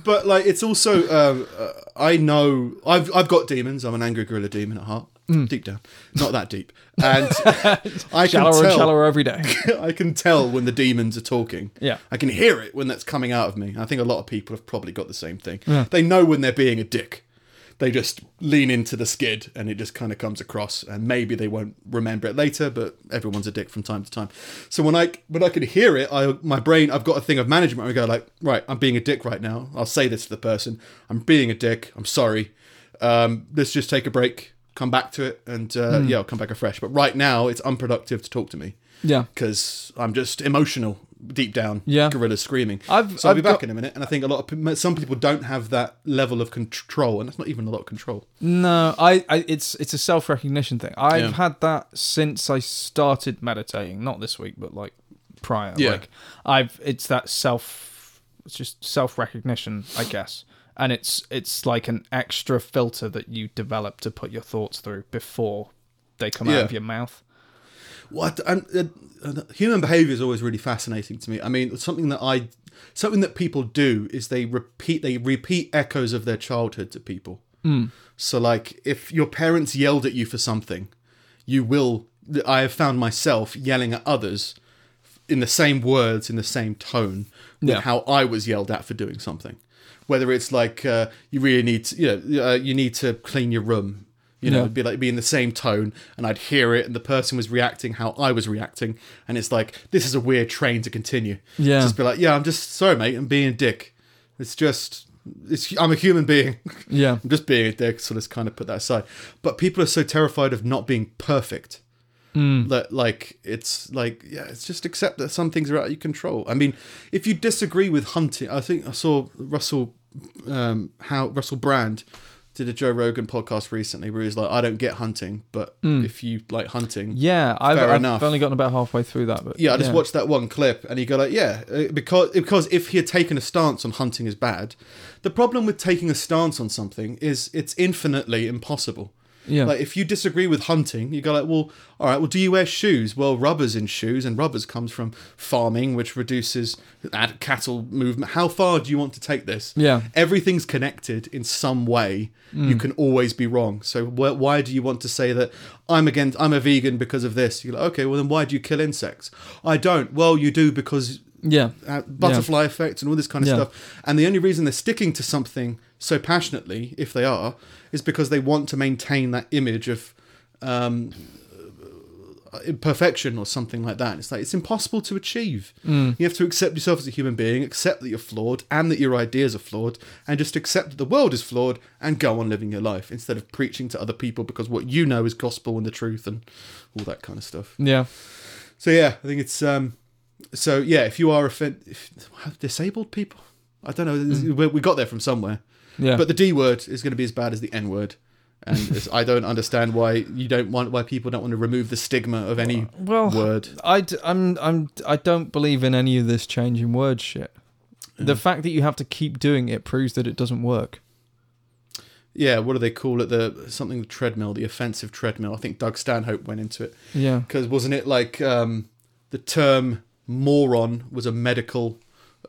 Speaker 2: But like, it's also um, uh, I know I've I've got demons. I'm an angry gorilla demon at heart, deep down, not that deep. And I can
Speaker 1: Hmm. Shallower and
Speaker 2: tell.
Speaker 1: shallower every day.
Speaker 2: I can tell when the demons are talking.
Speaker 1: Yeah.
Speaker 2: I can hear it when that's coming out of me. I think a lot of people have probably got the same thing. They know when they're being a dick. They just lean into the skid and it just kind of comes across and maybe they won't remember it later, but everyone's a dick from time to time. So when I when I can hear it, I my brain I've got a thing of management. I go like, right, I'm being a dick right now. I'll say this to the person. I'm being a dick. I'm sorry. Um, let's just take a break, come back to it, and uh, yeah, I'll come back afresh. But right now, it's unproductive to talk to me
Speaker 1: Yeah,
Speaker 2: because I'm just emotional deep down.
Speaker 1: Yeah.
Speaker 2: gorilla screaming.
Speaker 1: I've-
Speaker 2: so I'll be
Speaker 1: I've
Speaker 2: back
Speaker 1: got-
Speaker 2: in a minute, and I think a lot of pe- some people don't have that level of control, and that's not even a lot of control.
Speaker 1: no, I, I it's it's a self recognition thing. I've
Speaker 2: Yeah.
Speaker 1: had that since I started meditating. Not this week, but like prior.
Speaker 2: Yeah.
Speaker 1: Like I've it's that self, it's just self recognition, I guess. And it's it's like an extra filter that you develop to put your thoughts through before they come
Speaker 2: Yeah.
Speaker 1: out of your mouth.
Speaker 2: What and uh, uh, human behavior is always really fascinating to me. I mean, something that I something that people do is they repeat they repeat echoes of their childhood to people.
Speaker 1: Hmm.
Speaker 2: So like if your parents yelled at you for something, you will I have found myself yelling at others in the same words in the same tone with
Speaker 1: Yeah.
Speaker 2: how I was yelled at for doing something. Whether it's like uh, you really need to, you know, uh, you need to clean your room. You know,
Speaker 1: Yeah.
Speaker 2: it'd be like be in the same tone, and I'd hear it, and the person was reacting how I was reacting, and it's like this is a weird train to continue.
Speaker 1: Yeah.
Speaker 2: just be like, yeah, I'm just sorry, mate, I'm being a dick. It's just, it's I'm a human being.
Speaker 1: Yeah.
Speaker 2: I'm just being a dick, so let's kind of put that aside. But people are so terrified of not being perfect. That like it's like yeah, it's just accept that some things are out of your control. I mean, if you disagree with hunting, I think I saw Russell um how Russell Brand did a Joe Rogan podcast recently where he was like, I don't get hunting, but if you like hunting,
Speaker 1: Yeah, I've,
Speaker 2: Fair
Speaker 1: I've
Speaker 2: enough.
Speaker 1: only gotten about halfway through that. But
Speaker 2: yeah, I just watched that one clip, and you go like, yeah, uh, because because if he had taken a stance on hunting is bad, the problem with taking a stance on something is it's infinitely impossible.
Speaker 1: Yeah.
Speaker 2: Like if you disagree with hunting, you go like, well, all right, well, do you wear shoes? Well, rubbers in shoes, and rubbers comes from farming, which reduces ad- cattle movement. How far do you want to take this?
Speaker 1: Yeah.
Speaker 2: everything's connected in some way. You can always be wrong. So wh- why do you want to say that I'm against I'm a vegan because of this? You're like, okay, well then why do you kill insects? I don't. Well, you do because
Speaker 1: yeah,
Speaker 2: uh, butterfly effect and all this kind of
Speaker 1: Yeah.
Speaker 2: stuff. And the only reason they're sticking to something so passionately, if they are, is because they want to maintain that image of um, uh, imperfection or something like that. And it's like it's impossible to achieve.
Speaker 1: Mm.
Speaker 2: You have to accept yourself as a human being, accept that you're flawed and that your ideas are flawed, and just accept that the world is flawed and go on living your life instead of preaching to other people because what you know is gospel and the truth and all that kind of stuff.
Speaker 1: yeah,
Speaker 2: So yeah, I think it's um. So yeah, if you are offend if, disabled people, I don't know. We, we got there from somewhere,
Speaker 1: yeah.
Speaker 2: but the D word is going to be as bad as the N word, and it's- I don't understand why you don't want why people don't want to remove the stigma of any
Speaker 1: well,
Speaker 2: word.
Speaker 1: I d- I'm I'm I don't believe in any of this changing word shit. The fact that you have to keep doing it proves that it doesn't work.
Speaker 2: Yeah, what do they call it? The something the treadmill, the offensive treadmill. I think Doug Stanhope went into it
Speaker 1: Yeah,
Speaker 2: because wasn't it like um, the term moron was a medical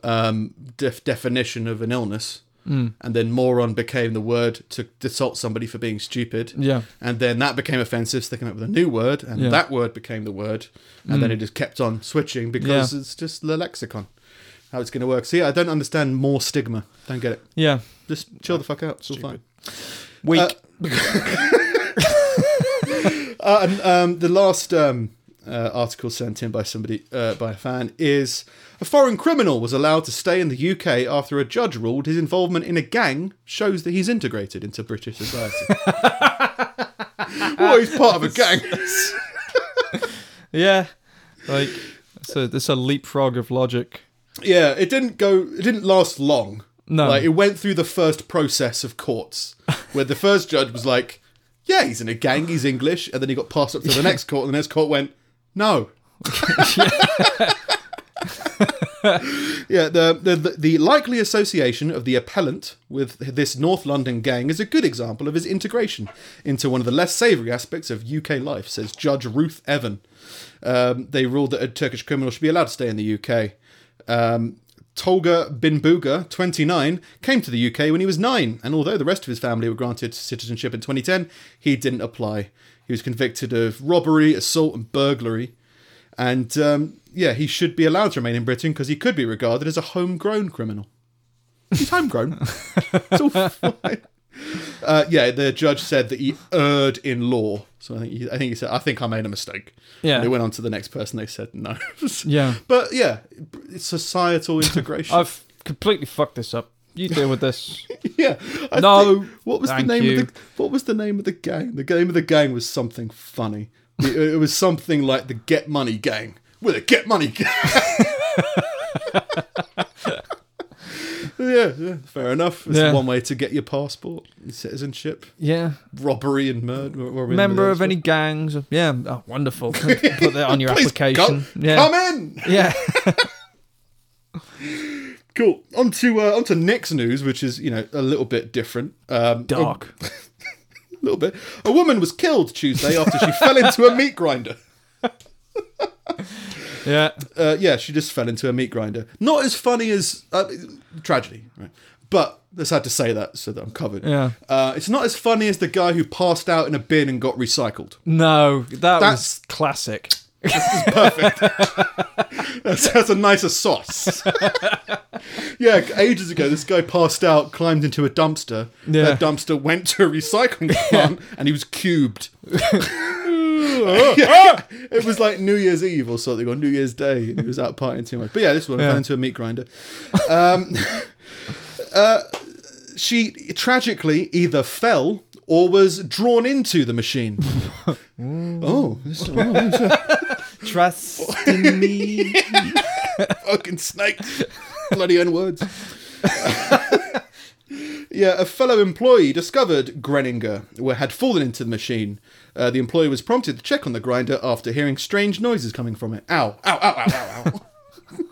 Speaker 2: um, def- definition of an illness,
Speaker 1: Mm.
Speaker 2: and then moron became the word to insult somebody for being stupid.
Speaker 1: yeah,
Speaker 2: And then that became offensive, so they came up with a new word, and
Speaker 1: Yeah. Mm.
Speaker 2: that word became the word, and then it just kept on switching because it's just the lexicon, how it's going to work. So yeah, I don't understand more stigma. Don't get it.
Speaker 1: yeah.
Speaker 2: Just chill the fuck out. It's all fine.
Speaker 1: Weak.
Speaker 2: Uh, and um, the last um, uh, article sent in by somebody uh, by a fan is a foreign criminal was allowed to stay in the UK after a judge ruled his involvement in a gang shows that he's integrated into British society. well, he's part of a gang.
Speaker 1: Yeah, like so. It's a leapfrog of logic.
Speaker 2: Yeah, it didn't go. It didn't last long.
Speaker 1: No.
Speaker 2: like it went through the first process of courts, where the first judge was like, "Yeah, he's in a gang. He's English," and then he got passed up to the next court, and the next court went, "No." yeah, the, the the- the likely association of the appellant with this North London gang is a good example of his integration into one of the less savoury aspects of UK life, says Judge Ruth Evan. Um, they ruled that a Turkish criminal should be allowed to stay in the UK. Um, Tolga Binbuga, 29, came to the UK when he was nine, and although the rest of his family were granted citizenship in 2010, he didn't apply. He was convicted of robbery, assault, and burglary. And um, yeah, he should be allowed to remain in Britain because he could be regarded as a homegrown criminal. He's homegrown. it's all fine. Uh, yeah, the judge said that he erred in law. So I think he, I think he said I think I made a mistake.
Speaker 1: Yeah.
Speaker 2: And they went on to the next person. They said no.
Speaker 1: Yeah.
Speaker 2: But yeah, it's societal integration.
Speaker 1: I've completely fucked this up. You deal with this.
Speaker 2: yeah. I
Speaker 1: No,
Speaker 2: think- what was the
Speaker 1: thank
Speaker 2: name
Speaker 1: you.
Speaker 2: of the What was the name of the gang? The name of the gang was something funny. It, it was something like the Get Money Gang. We're the Get Money Gang. yeah, yeah, fair enough. It's
Speaker 1: Yeah.
Speaker 2: one way to get your passport, your citizenship,
Speaker 1: Yeah.
Speaker 2: robbery and murder. robbery and
Speaker 1: Member
Speaker 2: murder
Speaker 1: of any gangs? Yeah. Oh, wonderful. Put that on your
Speaker 2: Please
Speaker 1: application.
Speaker 2: Come,
Speaker 1: yeah.
Speaker 2: come in.
Speaker 1: Yeah.
Speaker 2: Cool. On to uh, on to next news, which is you know a little bit different. Um,
Speaker 1: Dark.
Speaker 2: A little bit. A woman was killed Tuesday after she fell into a meat grinder.
Speaker 1: Yeah.
Speaker 2: uh, yeah, she just fell into a meat grinder. Not as funny as uh, tragedy, right? But that's had to say that so that I'm covered.
Speaker 1: Yeah.
Speaker 2: uh, it's not as funny as the guy who passed out in a bin and got recycled.
Speaker 1: No, that
Speaker 2: That's-
Speaker 1: was classic.
Speaker 2: That's, that's a nicer sauce. yeah, ages ago, this guy passed out, climbed into a dumpster.
Speaker 1: Yeah.
Speaker 2: That dumpster went to a recycling plant, and he was cubed. Yeah. It was like New Year's Eve or something, or New Year's Day. He was out partying too much. But yeah, this one fell into a meat grinder. Um, uh, she tragically either fell or was drawn into the machine. oh, this- oh,
Speaker 1: Trust in me.
Speaker 2: fucking snake. Bloody N words. yeah, a fellow employee discovered Greninger where had fallen into the machine. Uh, the employee was prompted to check on the grinder after hearing strange noises coming from it. Ow, ow, ow, ow, ow, ow.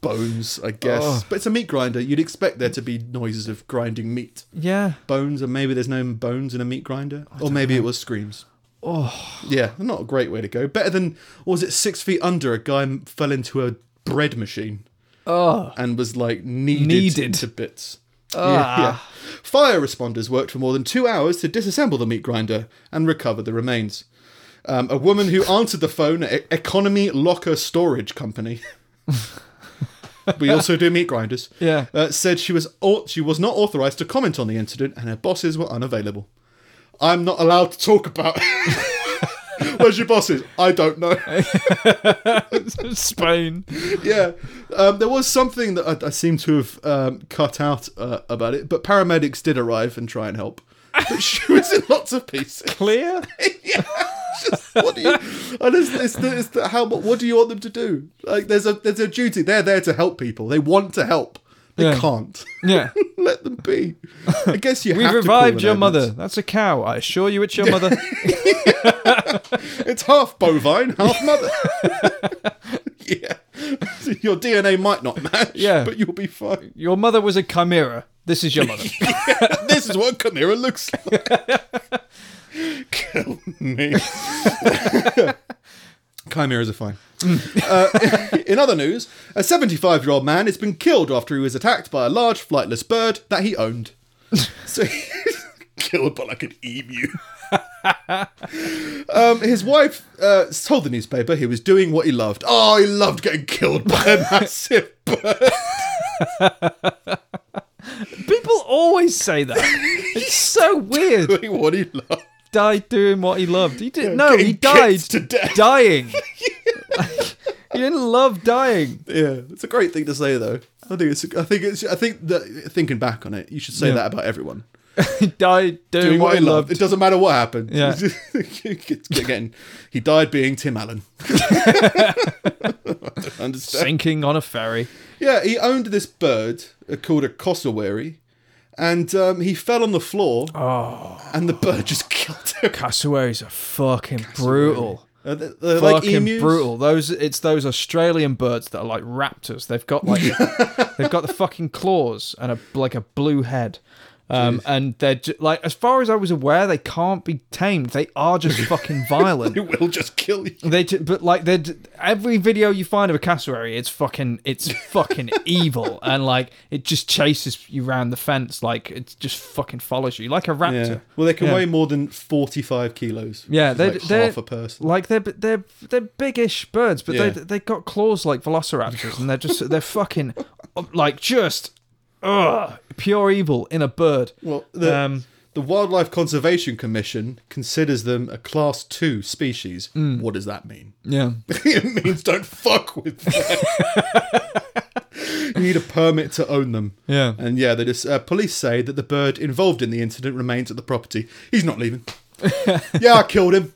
Speaker 2: Bones, I guess.
Speaker 1: Oh.
Speaker 2: But it's a meat grinder. You'd expect there to be noises of grinding meat.
Speaker 1: Yeah.
Speaker 2: Bones, and maybe there's no bones in a meat grinder. Or maybe it was screams. Oh. Yeah, not a great way to go. Better than, or was it six feet under? A guy fell into a bread machine
Speaker 1: Oh.
Speaker 2: and was like kneaded,
Speaker 1: Kneaded. Ah.
Speaker 2: to bits. Yeah, yeah. Fire responders worked for more than two hours to disassemble the meat grinder and recover the remains. Um, a woman who answered the phone at E- Economy Locker Storage Company. we also do meat grinders.
Speaker 1: Yeah.
Speaker 2: Uh, said she was au- she was not authorized to comment on the incident and her bosses were unavailable. I'm not allowed to talk about. Where's your bosses? I don't know.
Speaker 1: Spain.
Speaker 2: yeah. Um, there was something that I, I seem to have um, cut out uh, about it, but paramedics did arrive and try and help. But she was in lots of pieces.
Speaker 1: Clear?
Speaker 2: yeah. Just, what do you? And it's, it's, the, it's the, how? mu- What do you want them to do? Like, there's a there's a duty. They're there to help people. They want to help. They
Speaker 1: Yeah.
Speaker 2: can't.
Speaker 1: Yeah.
Speaker 2: Let them be. I guess you.
Speaker 1: We
Speaker 2: have to call
Speaker 1: revived
Speaker 2: an
Speaker 1: your
Speaker 2: ambulance.
Speaker 1: mother. That's a cow. I assure you it's your mother.
Speaker 2: It's half bovine, half mother. yeah. Your DNA might not match.
Speaker 1: Yeah.
Speaker 2: But you'll be fine.
Speaker 1: Your mother was a chimera. This is your mother.
Speaker 2: this is what Chimera looks like. Kill me. Chimeras are fine. Uh, in other news, a 75 year old man has been killed after he was attacked by a large flightless bird that he owned. So he's killed by like an emu. um, his wife uh, told the newspaper he was doing what he loved. Oh, he loved getting killed by a massive bird.
Speaker 1: People always say that. It's so weird.
Speaker 2: Doing what he loved.
Speaker 1: Died doing what he loved. He did no.
Speaker 2: getting
Speaker 1: He died
Speaker 2: kicked to death.
Speaker 1: dying. He didn't love dying.
Speaker 2: Yeah, it's a great thing to say though. I think it's. I think it's. I think that thinking back on it, you should say
Speaker 1: Yeah.
Speaker 2: that about everyone.
Speaker 1: He died doing,
Speaker 2: Doing
Speaker 1: what he loved.
Speaker 2: It doesn't matter what happened.
Speaker 1: Yeah.
Speaker 2: Again, he died being Tim Allen. I don't understand.
Speaker 1: Sinking on a ferry.
Speaker 2: Yeah, he owned this bird uh, called a cossowary, and um, he fell on the floor,
Speaker 1: Oh,
Speaker 2: and the bird just killed him.
Speaker 1: cassowaries are fucking brutal.
Speaker 2: Uh, they're- they're like
Speaker 1: fucking
Speaker 2: emus.
Speaker 1: brutal. Those it's those Australian birds that are like raptors. They've got like they've got the fucking claws and a like a blue head. Um, and they're ju- like, as far as I was aware, they can't be tamed. They are just fucking violent.
Speaker 2: They will just kill you.
Speaker 1: They ju- but like they every video you find of a cassowary, it's fucking it's fucking evil and like it just chases you round the fence like it just fucking follows you like a raptor.
Speaker 2: Yeah. Well, they can
Speaker 1: Yeah.
Speaker 2: weigh more than forty-five kilos.
Speaker 1: Yeah,
Speaker 2: which is
Speaker 1: they
Speaker 2: like
Speaker 1: they're
Speaker 2: half a person.
Speaker 1: Like they're they're they're biggish birds, but they
Speaker 2: Yeah.
Speaker 1: they got claws like velociraptors, and they're just they're fucking um, like just ugh, pure evil in a bird.
Speaker 2: Well, the,
Speaker 1: Um,
Speaker 2: the Wildlife Conservation Commission considers them a class two species.
Speaker 1: Mm.
Speaker 2: What does that mean?
Speaker 1: Yeah,
Speaker 2: it means don't fuck with them. you need a permit to own them.
Speaker 1: Yeah.
Speaker 2: And yeah, they just uh, police say that the bird involved in the incident remains at the property. He's not leaving. yeah, I killed him.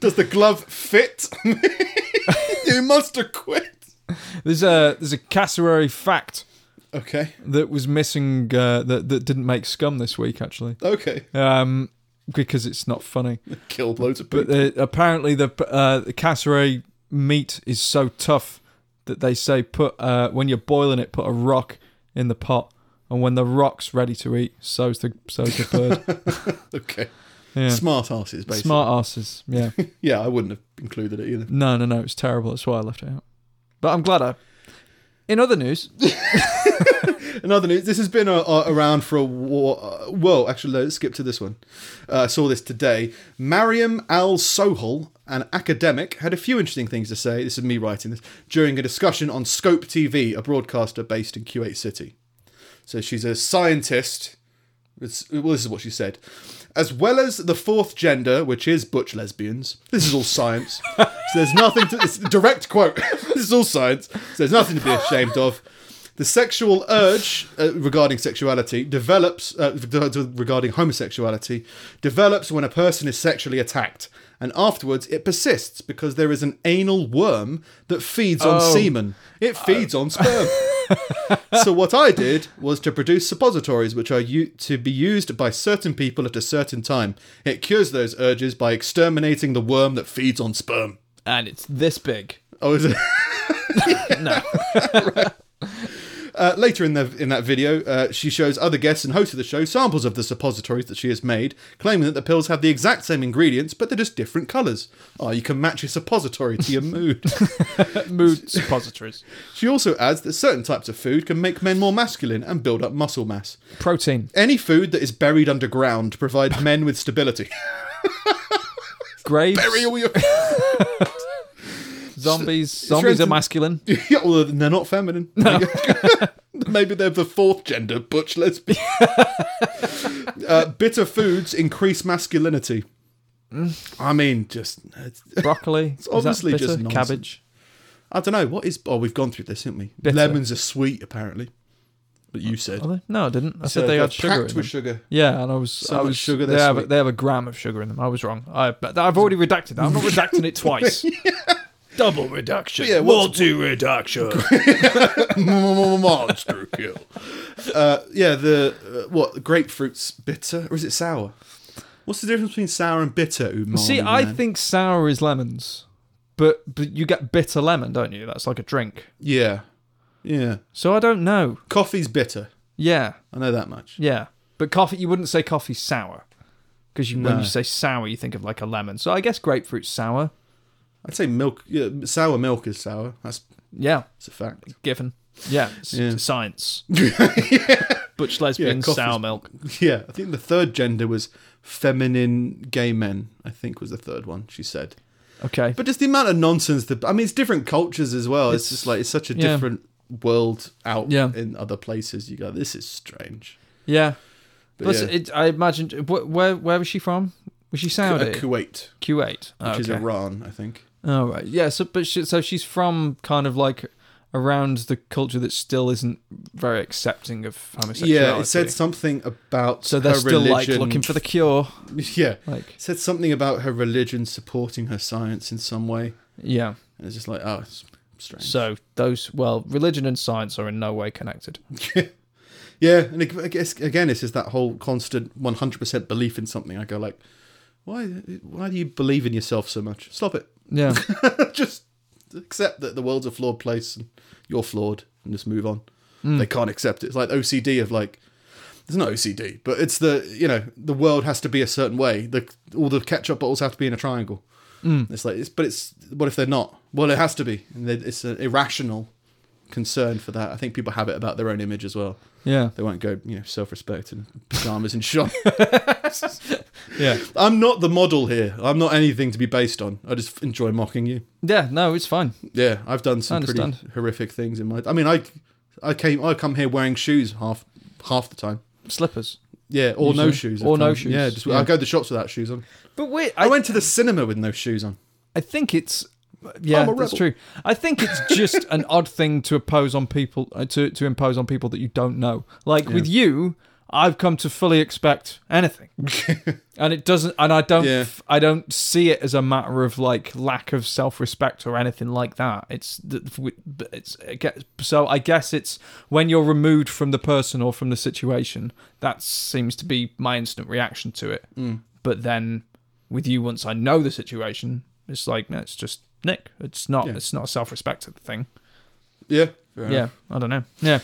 Speaker 2: does the glove fit? you must have quit.
Speaker 1: there's a there's a cassowary fact
Speaker 2: Okay.
Speaker 1: that was missing uh, that that didn't make scum this week actually,
Speaker 2: Okay.
Speaker 1: um, because it's not funny.
Speaker 2: Killed loads of
Speaker 1: But uh,
Speaker 2: people.
Speaker 1: the, apparently the uh, the cassowary meat is so tough that they say put uh, when you're boiling it, put a rock in the pot, and when the rock's ready to eat, so's the so's the bird.
Speaker 2: Okay.
Speaker 1: Yeah.
Speaker 2: Smart asses, basically.
Speaker 1: Smart asses. Yeah.
Speaker 2: Yeah, I wouldn't have included it either.
Speaker 1: No, no, no. It's terrible. That's why I left it out. But I'm glad I. In other news,
Speaker 2: Another news. This has been uh, uh, around for a war. Uh, whoa, actually, let's skip to this one. Uh, I saw this today. Mariam Al Sohal, an academic, had a few interesting things to say. This is me writing this during a discussion on Scope TV, a broadcaster based in Kuwait City. So she's a scientist. It's, well, this is what she said. As well as the fourth gender, which is butch lesbians, this is all science. so there's nothing to. It's a direct quote. this is all science. So there's nothing to be ashamed of. The sexual urge uh, regarding sexuality develops, uh, regarding homosexuality, develops when a person is sexually attacked. And afterwards, it persists because there is an anal worm that feeds on
Speaker 1: Oh.
Speaker 2: semen. It feeds on sperm so what I did was to produce suppositories which are u- to be used by certain people at a certain time. It cures those urges by exterminating the worm that feeds on sperm.
Speaker 1: and it's this big.
Speaker 2: Oh, is it? no. Uh, later in the in that video, uh, she shows other guests and hosts of the show samples of the suppositories that she has made, claiming that the pills have the exact same ingredients, but they're just different colours. Oh, you can match your suppository to your mood.
Speaker 1: Mood suppositories.
Speaker 2: she also adds that certain types of food can make men more masculine and build up muscle mass.
Speaker 1: Protein.
Speaker 2: Any food that is buried underground provides men with stability.
Speaker 1: Graves.
Speaker 2: Bury all your.
Speaker 1: Zombies. Zombies are
Speaker 2: strengthen-
Speaker 1: masculine.
Speaker 2: Yeah, well, they're not feminine. Maybe they're the fourth gender, butch lesbian. uh, bitter foods increase masculinity.
Speaker 1: Mm.
Speaker 2: I mean, just. It's,
Speaker 1: Broccoli. It's
Speaker 2: obviously just nonsense.
Speaker 1: cabbage.
Speaker 2: I don't know. What is. Oh, we've gone through this, haven't we?
Speaker 1: Bitter.
Speaker 2: Lemons are sweet, apparently. But you said.
Speaker 1: Are they? No, I didn't. I
Speaker 2: So
Speaker 1: said they
Speaker 2: they're
Speaker 1: had sugar.
Speaker 2: packed
Speaker 1: in
Speaker 2: with
Speaker 1: them.
Speaker 2: sugar.
Speaker 1: Yeah, and I was, I
Speaker 2: much
Speaker 1: was
Speaker 2: sugar,
Speaker 1: They
Speaker 2: they're
Speaker 1: have, a,
Speaker 2: sweet.
Speaker 1: they have a gram of sugar in them. I was wrong. I, but I've already redacted that. I'm not redacting it twice.
Speaker 2: Oh,
Speaker 1: Double reduction.
Speaker 2: Yeah, what's-
Speaker 3: Multi reduction.
Speaker 2: Monster kill. Uh, yeah, the. Uh, what? Grapefruit's bitter? Or is it sour? What's the difference between sour and bitter, umami?
Speaker 1: See, I
Speaker 2: man?
Speaker 1: think sour is lemons, but but you get bitter lemon, don't you? That's like a drink.
Speaker 2: Yeah. Yeah.
Speaker 1: So I don't know.
Speaker 2: Coffee's bitter.
Speaker 1: Yeah,
Speaker 2: I know that much.
Speaker 1: yeah. But coffee, you wouldn't say coffee's sour, because you, when
Speaker 2: No.
Speaker 1: you say sour, you think of like a lemon. So I guess grapefruit's sour.
Speaker 2: I'd say milk. Yeah, sour milk is sour. That's,
Speaker 1: Yeah,
Speaker 2: that's a fact.
Speaker 1: given. Yeah, it's
Speaker 2: Yeah.
Speaker 1: science. Butch lesbians,
Speaker 2: coffee's-
Speaker 1: sour milk.
Speaker 2: Yeah, I think the third gender was feminine gay men. I think was the third one. She said.
Speaker 1: Okay,
Speaker 2: But just the amount of nonsense that I mean, it's different cultures as well. It's, just like it's such a
Speaker 1: yeah.
Speaker 2: different world out
Speaker 1: Yeah.
Speaker 2: in other places. You go, this is strange.
Speaker 1: yeah.
Speaker 2: But
Speaker 1: Plus,
Speaker 2: yeah,
Speaker 1: it, I imagine. Wh- where where was she from? Was she
Speaker 2: uh,
Speaker 1: Saudi?
Speaker 2: Kuwait, which
Speaker 1: Kuwait. Oh,
Speaker 2: is
Speaker 1: okay.
Speaker 2: Iran, I think.
Speaker 1: Oh right, yeah. So, but she, so she's from kind of like around the culture that still isn't very accepting of homosexuality.
Speaker 2: Yeah, it said something about
Speaker 1: so they're
Speaker 2: her
Speaker 1: still like
Speaker 2: religion-
Speaker 1: looking for the cure.
Speaker 2: yeah.
Speaker 1: Like,
Speaker 2: Said something about her religion supporting her science in some way,
Speaker 1: yeah.
Speaker 2: and it's just like, oh, it's strange.
Speaker 1: So those, well, religion and science are in no way connected.
Speaker 2: yeah, and it- I guess again, it's just that whole constant one hundred percent belief in something. I go like, why? Why do you believe in yourself so much? Stop it.
Speaker 1: Yeah.
Speaker 2: just accept that the world's a flawed place and you're flawed and just move on.
Speaker 1: Hmm.
Speaker 2: They can't accept it. It's like OCD of like there's no OCD, but it's the you know the world has to be a certain way. The all the ketchup bottles have to be in a triangle.
Speaker 1: Hmm.
Speaker 2: It's like it's but it's what if they're not? Well, it has to be, and they- it's an irrational concern for that. I think people have it about their own image as well.
Speaker 1: yeah.
Speaker 2: They won't go you know self-respect and pajamas and shop.
Speaker 1: Yeah.
Speaker 2: I'm not the model here. I'm not anything to be based on. I just enjoy mocking you.
Speaker 1: Yeah. No, it's fine.
Speaker 2: Yeah, I've done
Speaker 1: I
Speaker 2: some pretty
Speaker 1: understand.
Speaker 2: horrific things in my. I mean, I, I came, I come here wearing shoes half, half the time.
Speaker 1: Slippers.
Speaker 2: Yeah, or no
Speaker 1: Usually.
Speaker 2: shoes.
Speaker 1: Or
Speaker 2: I've
Speaker 1: no
Speaker 2: come-
Speaker 1: shoes,
Speaker 2: Yeah, just,
Speaker 1: yeah.
Speaker 2: I go to the shops without shoes on.
Speaker 1: But wait,
Speaker 2: I, went to the cinema with no shoes on.
Speaker 1: I think it's yeah,
Speaker 2: I'm a
Speaker 1: that's
Speaker 2: rebel.
Speaker 1: true. I think it's just an odd thing to oppose on people uh, to to impose on people that you don't know. Like with you, I've come to fully expect anything, and it doesn't. And I don't.
Speaker 2: Yeah.
Speaker 1: f- I don't see it as a matter of like lack of self respect or anything like that. It's th- w- but it's I guess- so. I guess it's when you're removed from the person or from the situation. That seems to be my instant reaction to it. But then with you once I know the situation. It's like no, it's just Nick. It's not. It's not a self-respect thing.
Speaker 2: Yeah. fair
Speaker 1: Yeah,
Speaker 2: enough.
Speaker 1: I don't know. Yeah,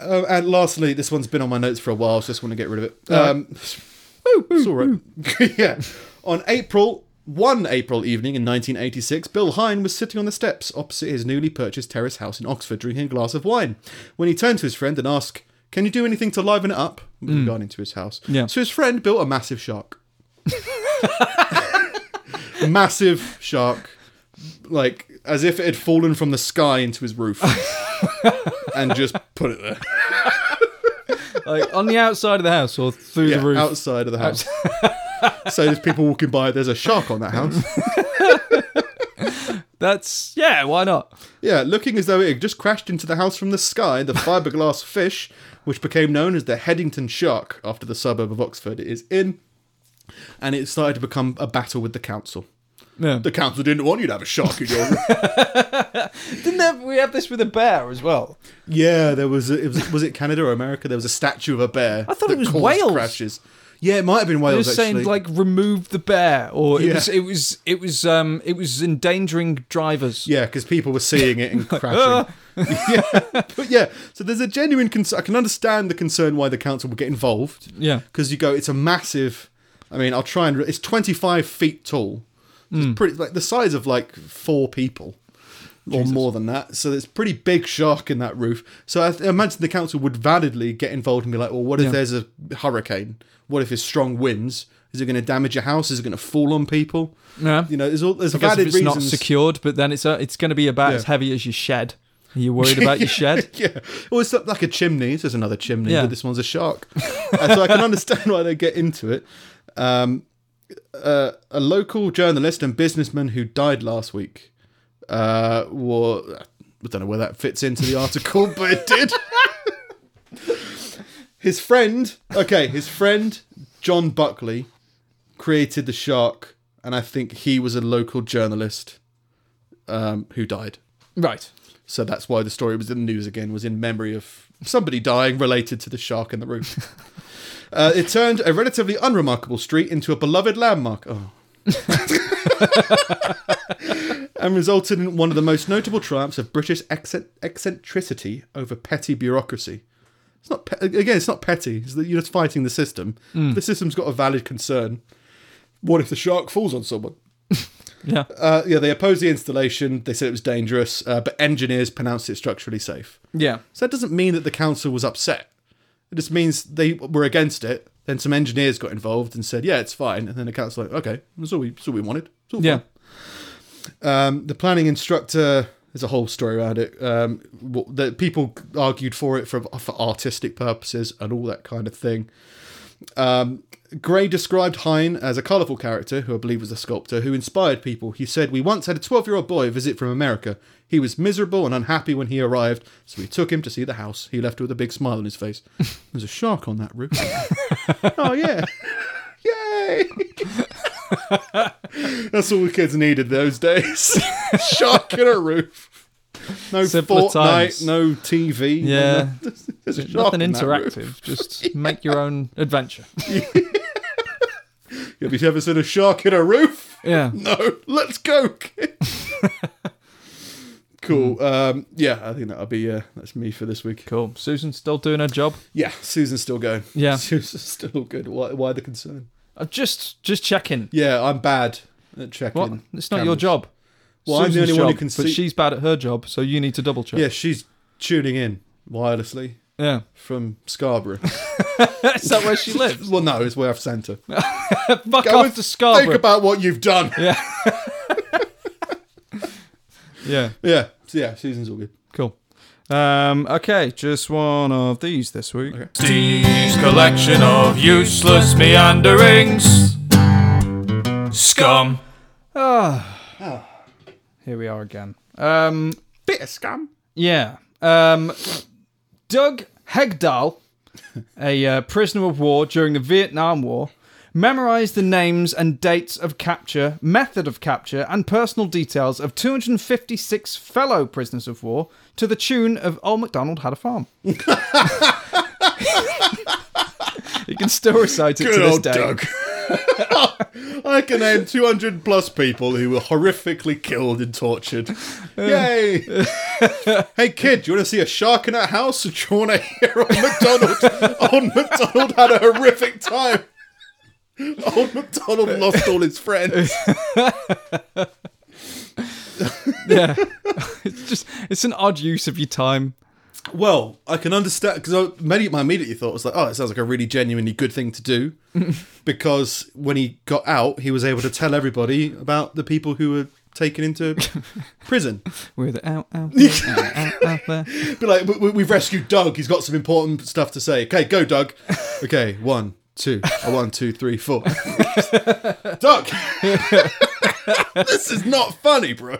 Speaker 2: Uh, and lastly, this one's been on my notes for a while, so just want to get rid of it. Um, it's all right. yeah. On April. One April evening in 1986, Bill Hine was sitting on the steps opposite his newly purchased terrace house in Oxford drinking a glass of wine when he turned to his friend and asked, Can you do anything to liven it up? with regarding to his house.
Speaker 1: Yeah.
Speaker 2: So his friend built a massive shark. massive shark. Like, as if it had fallen from the sky into his roof and just put it there.
Speaker 1: like on the outside of the house or through
Speaker 2: Yeah,
Speaker 1: the roof.
Speaker 2: outside of the house. so there's people walking by. There's a shark on that house.
Speaker 1: That's yeah. Why not?
Speaker 2: Yeah, looking as though it had just crashed into the house from the sky. The fiberglass fish, which became known as the Headington shark after the suburb of Oxford it is in, and it started to become a battle with the council.
Speaker 1: Yeah.
Speaker 2: The council didn't want you to have a shark in your room.
Speaker 1: Didn't have, we have this with a bear as well?
Speaker 2: yeah, there was, a, it was was it Canada or America? There was a statue of a bear. I
Speaker 1: thought it was Wales.
Speaker 2: Crashes. Yeah, it might have been Wales.
Speaker 1: They were saying
Speaker 2: actually.
Speaker 1: like remove the bear, or it
Speaker 2: Yeah.
Speaker 1: was it was it was um it was endangering drivers.
Speaker 2: Yeah, because people were seeing it and
Speaker 1: "Ah."
Speaker 2: crashing. yeah. But yeah, so there's a genuine concern. I can understand the concern why the council would get involved.
Speaker 1: Yeah.
Speaker 2: Because you go, it's a massive. I mean, I'll try and. Re- it's 25 feet tall.
Speaker 1: Hmm.
Speaker 2: It's pretty like the size of like four people. Or more than that, so there's pretty big shark in that roof. So I, th- I imagine the council would validly get involved and be like, "Well, what if
Speaker 1: Yeah.
Speaker 2: there's a hurricane? What if it's strong winds? Is it going to damage your house? Is it going to fall on people?
Speaker 1: Yeah.
Speaker 2: You know, there's all there's
Speaker 1: Because
Speaker 2: valid
Speaker 1: if it's not
Speaker 2: reasons.
Speaker 1: secured, but then it's uh it's going to be about
Speaker 2: Yeah.
Speaker 1: as heavy as your shed. Are you worried about your shed?
Speaker 2: yeah. Well, it's like a chimney. There's another chimney,
Speaker 1: Yeah.
Speaker 2: but this one's a shark. and so I can understand why they get into it. Um, uh, a local journalist and businessman who died last week. Uh, were, I don't know where that fits into the article, but it did. his friend, okay, his friend John Buckley created the shark, and I think he was a local journalist um, who died.
Speaker 1: Right.
Speaker 2: So that's why the story was in the news again, was in memory of somebody dying related to the shark in the roof. uh, it turned a relatively unremarkable street into a beloved landmark. Oh. and resulted in one of the most notable triumphs of British eccent- eccentricity over petty bureaucracy. It's not pe- again, it's not petty. It's that you're just fighting the system. The system's got a valid concern. What if the shark falls on someone?
Speaker 1: Yeah.
Speaker 2: Uh, yeah, they opposed the installation. They said it was dangerous, uh, but engineers pronounced it structurally safe.
Speaker 1: Yeah.
Speaker 2: So that doesn't mean that the council was upset. It just means they were against it. Then some engineers got involved and said, "Yeah, it's fine." And then the council like, "Okay, that's all we, that's all we wanted." It's all
Speaker 1: Yeah.
Speaker 2: um, the planning instructor. There's a whole story around it. Um, wh- that people argued for it for for artistic purposes and all that kind of thing. Um, Gray described Hine as a colourful character, who I believe was a sculptor, who inspired people. He said, We once had a 12 year old boy visit from America. He was miserable and unhappy when he arrived, so we took him to see the house. He left with a big smile on his face. There's a shark on that roof. oh, yeah. Yay! That's all the kids needed those days. shark in a roof. No
Speaker 1: Simpler
Speaker 2: Fortnite,
Speaker 1: times.
Speaker 2: no TV. no
Speaker 1: Yeah.
Speaker 2: nothing. There's a shark
Speaker 1: Nothing
Speaker 2: in that roof.
Speaker 1: interactive. Just make your own adventure.
Speaker 2: Have you ever seen a shark in a roof?
Speaker 1: Yeah.
Speaker 2: No. Let's go. kids. cool. Um, yeah, I think that'll be uh, that's me for this week.
Speaker 1: Hmm. Cool. Susan's still doing her job.
Speaker 2: Yeah, Susan's still going.
Speaker 1: Yeah.
Speaker 2: Susan's still good. Why, why the concern?
Speaker 1: Uh, just just checking.
Speaker 2: Yeah, I'm bad at checking.
Speaker 1: What? It's not your
Speaker 2: cameras.
Speaker 1: job.
Speaker 2: Well, I'm the only one who
Speaker 1: job,
Speaker 2: can
Speaker 1: But
Speaker 2: see-
Speaker 1: she's bad at her job, so you need to double check.
Speaker 2: Yeah, she's tuning in wirelessly
Speaker 1: Yeah.
Speaker 2: from Scarborough.
Speaker 1: Is that where she lives?
Speaker 2: well, no, it's where I've sent her.
Speaker 1: Fuck
Speaker 2: Go
Speaker 1: off
Speaker 2: and
Speaker 1: to Scarborough.
Speaker 2: Think about what you've done.
Speaker 1: yeah.
Speaker 2: Yeah, so yeah, Susan's all good.
Speaker 1: Cool. Um, okay, just one of these this week.
Speaker 3: Steve's collection of useless meanderings. Scum.
Speaker 1: Here we are again. Um,
Speaker 2: Bit of scam.
Speaker 1: yeah. Um, Doug Hegdahl, a uh, prisoner of war during the Vietnam War, memorized the names and dates of capture, method of capture, and personal details of 256 fellow prisoners of war to the tune of Old MacDonald Had a Farm. you can still recite it to
Speaker 2: Good
Speaker 1: this
Speaker 2: old
Speaker 1: day.
Speaker 2: Doug. I can name 200 plus people who were horrifically killed and tortured. Yay! hey kid, do you want to see a shark in that house or do you want to hear old McDonald? old McDonald had a horrific time. Old McDonald lost all his friends.
Speaker 1: Yeah. it's just it's an odd use of your time.
Speaker 2: Well, I can understand because many my immediately thought was like, oh, it sounds like a really genuinely good thing to do, because when he got out, he was able to tell everybody about the people who were taken into prison.
Speaker 1: We're the out, out, there, out, out, out there.
Speaker 2: Be like, we, we- we've rescued Doug. He's got some important stuff to say. Okay, go, Doug. Okay, one, two, uh, one, two, three, four. Doug, this is not funny, bro.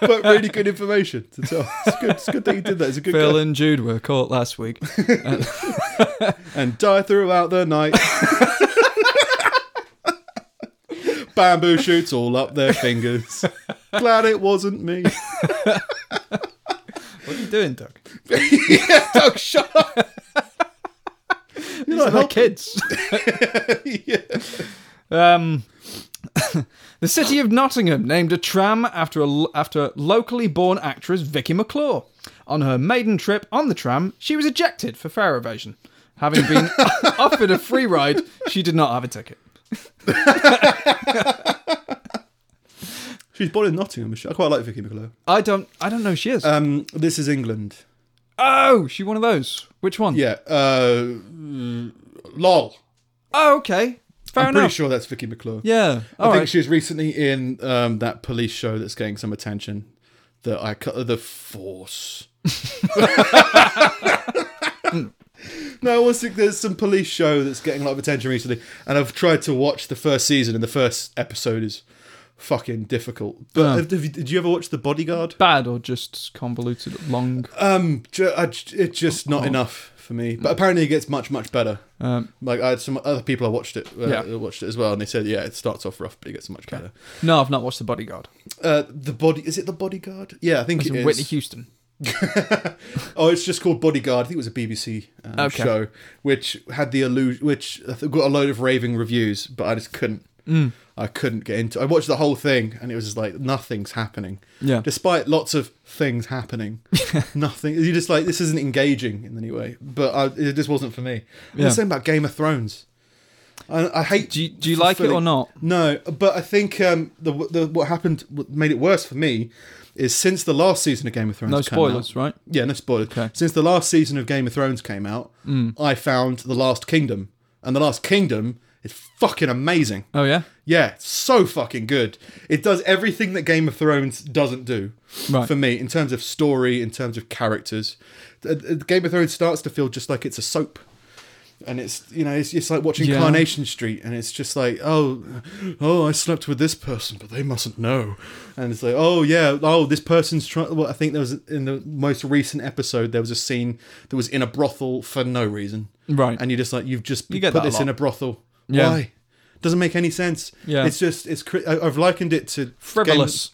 Speaker 2: But really good information to tell. It's good. It's good that you did that. It's a good.
Speaker 1: Bill
Speaker 2: guy.
Speaker 1: and Jude were caught last week.
Speaker 2: and die throughout the night. Bamboo shoots all up their fingers. Glad it wasn't me.
Speaker 1: What are you doing, Doug?
Speaker 2: Doug, shut up. You're
Speaker 1: These are
Speaker 2: not
Speaker 1: my
Speaker 2: helping.
Speaker 1: kids. um, the city of Nottingham named a tram after a, after locally born actress Vicky McClure. On her maiden trip on the tram, she was ejected for fare evasion. Having been offered a free ride, she did not have a ticket.
Speaker 2: She's born in Nottingham. is she? I quite like Vicky McClure.
Speaker 1: I don't, I don't know who she is.
Speaker 2: Um, this is England.
Speaker 1: oh, she one of those. Which one?
Speaker 2: Yeah. Uh, mm, lol.
Speaker 1: Oh, okay. Fair
Speaker 2: I'm
Speaker 1: enough.
Speaker 2: pretty sure that's Vicky McClure.
Speaker 1: Yeah.
Speaker 2: I
Speaker 1: All
Speaker 2: think
Speaker 1: right.
Speaker 2: she was recently in um, that police show that's getting some attention. The I the force. no, I was thinking there's some police show that's getting a lot of attention recently, and I've tried to watch the first season, and the first episode is fucking difficult. But
Speaker 1: Um.
Speaker 2: have, have you, did you ever watch The Bodyguard?
Speaker 1: Bad or just convoluted, long.
Speaker 2: Um, ju- I j- it's just not enough for me. But apparently, it gets much much better.
Speaker 1: Oh. Um,
Speaker 2: Like I had some other people I watched it, uh,
Speaker 1: Yeah.
Speaker 2: watched it as well, and they said, yeah, it starts off rough, but it gets much better.
Speaker 1: no, I've not watched The Bodyguard.
Speaker 2: Uh, the body is it the bodyguard? Yeah, I think
Speaker 1: It's
Speaker 2: it is.
Speaker 1: Whitney Houston.
Speaker 2: Oh, it's just called Bodyguard. I think it was a BBC um,
Speaker 1: Okay.
Speaker 2: show, which had the illusion, which I think got a load of raving reviews, but I just couldn't.
Speaker 1: Mm.
Speaker 2: I couldn't get into. I watched the whole thing, and it was just like nothing's happening.
Speaker 1: Yeah.
Speaker 2: Despite lots of things happening, nothing. You're just like this isn't engaging in any way. But I, it just wasn't for me. And
Speaker 1: Yeah.
Speaker 2: The same about Game of Thrones. I, I hate.
Speaker 1: Do you, do you like it or
Speaker 2: fulfilling-
Speaker 1: not?
Speaker 2: No, but I think um, the, the what happened what made it worse for me is since the last season of Game of Thrones.
Speaker 1: No
Speaker 2: came out-
Speaker 1: spoilers, right?
Speaker 2: yeah, no spoilers.
Speaker 1: Okay.
Speaker 2: Since the last season of Game of Thrones came out, I found The Last Kingdom, and The Last Kingdom is fucking amazing.
Speaker 1: Oh yeah.
Speaker 2: Yeah, it's so fucking good. It does everything that Game of Thrones doesn't do
Speaker 1: Right.
Speaker 2: for me in terms of story, in terms of characters. Uh, uh, Game of Thrones starts to feel just like it's a soap. and it's you know it's, it's like watching
Speaker 1: Yeah.
Speaker 2: Carnation Street, and it's just like oh, oh I slept with this person, but they mustn't know, and it's like oh yeah, oh this person's trying. Well, I think there was in the most recent episode there was a scene that was in a brothel for no reason,
Speaker 1: Right.
Speaker 2: And you're just like you've just
Speaker 1: You get
Speaker 2: put
Speaker 1: that a
Speaker 2: this in
Speaker 1: lot.
Speaker 2: a brothel,
Speaker 1: Yeah.
Speaker 2: why? Doesn't make any sense.
Speaker 1: Yeah.
Speaker 2: it's just it's cri- I- I've likened it to Game-
Speaker 1: Frivolous.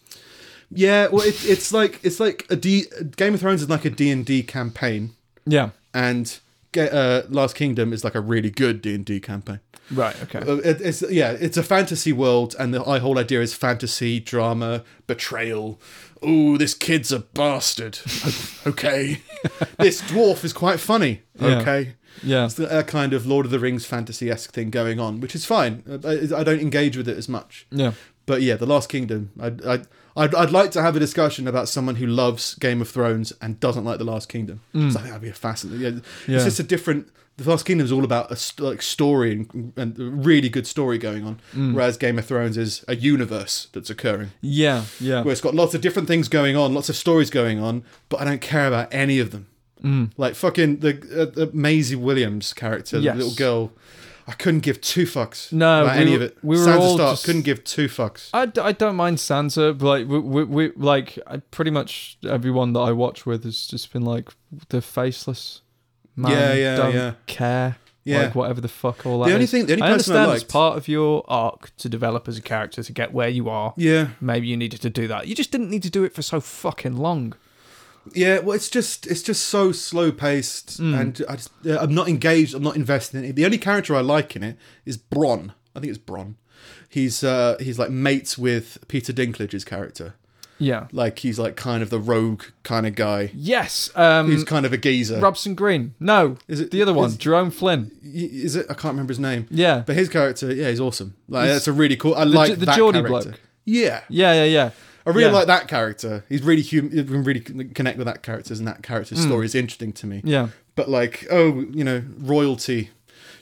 Speaker 2: yeah, well, it, it's like it's like a D, Game of Thrones is like a D and D campaign,
Speaker 1: Yeah.
Speaker 2: and Ga- uh, Last Kingdom is like a really good D and D campaign.
Speaker 1: Right. Okay.
Speaker 2: Uh, It, it's yeah, it's a fantasy world, and the whole idea is fantasy, drama, betrayal. Ooh, this kid's a bastard. okay, this dwarf is quite funny.
Speaker 1: Yeah.
Speaker 2: Okay,
Speaker 1: Yeah.
Speaker 2: it's a kind of Lord of the Rings fantasy esque thing going on, which is fine. I, I don't engage with it as much.
Speaker 1: Yeah.
Speaker 2: But yeah, The Last Kingdom. I'd, I'd, I'd, I'd like to have a discussion about someone who loves Game of Thrones and doesn't like The Last Kingdom. 'Cause I think that'd be a fascinating. Yeah.
Speaker 1: Yeah.
Speaker 2: It's just a different. The Last Kingdom is all about a st- like story and, and a really good story going on, whereas Game of Thrones is a universe that's occurring
Speaker 1: Yeah. Yeah.
Speaker 2: where it's got lots of different things going on, lots of stories going on, but I don't care about any of them.
Speaker 1: Mm.
Speaker 2: Like fucking the, uh, the Maisie Williams character,
Speaker 1: Yes.
Speaker 2: the little girl. I couldn't give two fucks
Speaker 1: No,
Speaker 2: about
Speaker 1: we
Speaker 2: any
Speaker 1: were-
Speaker 2: of it.
Speaker 1: we were
Speaker 2: Sansa
Speaker 1: all
Speaker 2: Stark
Speaker 1: just- Oh.
Speaker 2: couldn't give two fucks.
Speaker 1: I, d- I don't mind Sansa, but like we, we, we like I pretty much everyone that I watch with has just been like the faceless man.
Speaker 2: Yeah, yeah,
Speaker 1: don't
Speaker 2: yeah.
Speaker 1: Care.
Speaker 2: Yeah.
Speaker 1: Like whatever the fuck all that
Speaker 2: The only
Speaker 1: is.
Speaker 2: thing- the only
Speaker 1: I
Speaker 2: person I
Speaker 1: understand
Speaker 2: liked-
Speaker 1: it's part of your arc to develop as a character to get where you are.
Speaker 2: Yeah,
Speaker 1: Maybe you needed to do that. You just didn't need to do it for so fucking long.
Speaker 2: yeah. Well, it's just it's just so slow paced,
Speaker 1: Mm.
Speaker 2: and I just, uh, I'm not engaged. I'm not invested in it. The only character I like in it is Bron. I think it's Bron. He's uh he's like mates with Peter Dinklage's character.
Speaker 1: Yeah.
Speaker 2: Like he's like kind of the rogue kind of guy.
Speaker 1: Yes. Um.
Speaker 2: He's kind of a geezer.
Speaker 1: Robson Green. No.
Speaker 2: Is it-
Speaker 1: the other one?
Speaker 2: is-
Speaker 1: Jerome Flynn.
Speaker 2: Y- Is it? I can't remember his name.
Speaker 1: Yeah.
Speaker 2: But his character, yeah, he's awesome. Like that's a really cool. I like
Speaker 1: the
Speaker 2: that
Speaker 1: Geordie
Speaker 2: character.
Speaker 1: bloke.
Speaker 2: Yeah,
Speaker 1: Yeah. Yeah. Yeah.
Speaker 2: I really
Speaker 1: Yeah.
Speaker 2: like that character. He's really human. You can really con- connect with that character, and that character's story is interesting to me.
Speaker 1: Hmm. Yeah.
Speaker 2: But like, oh, you know, royalty.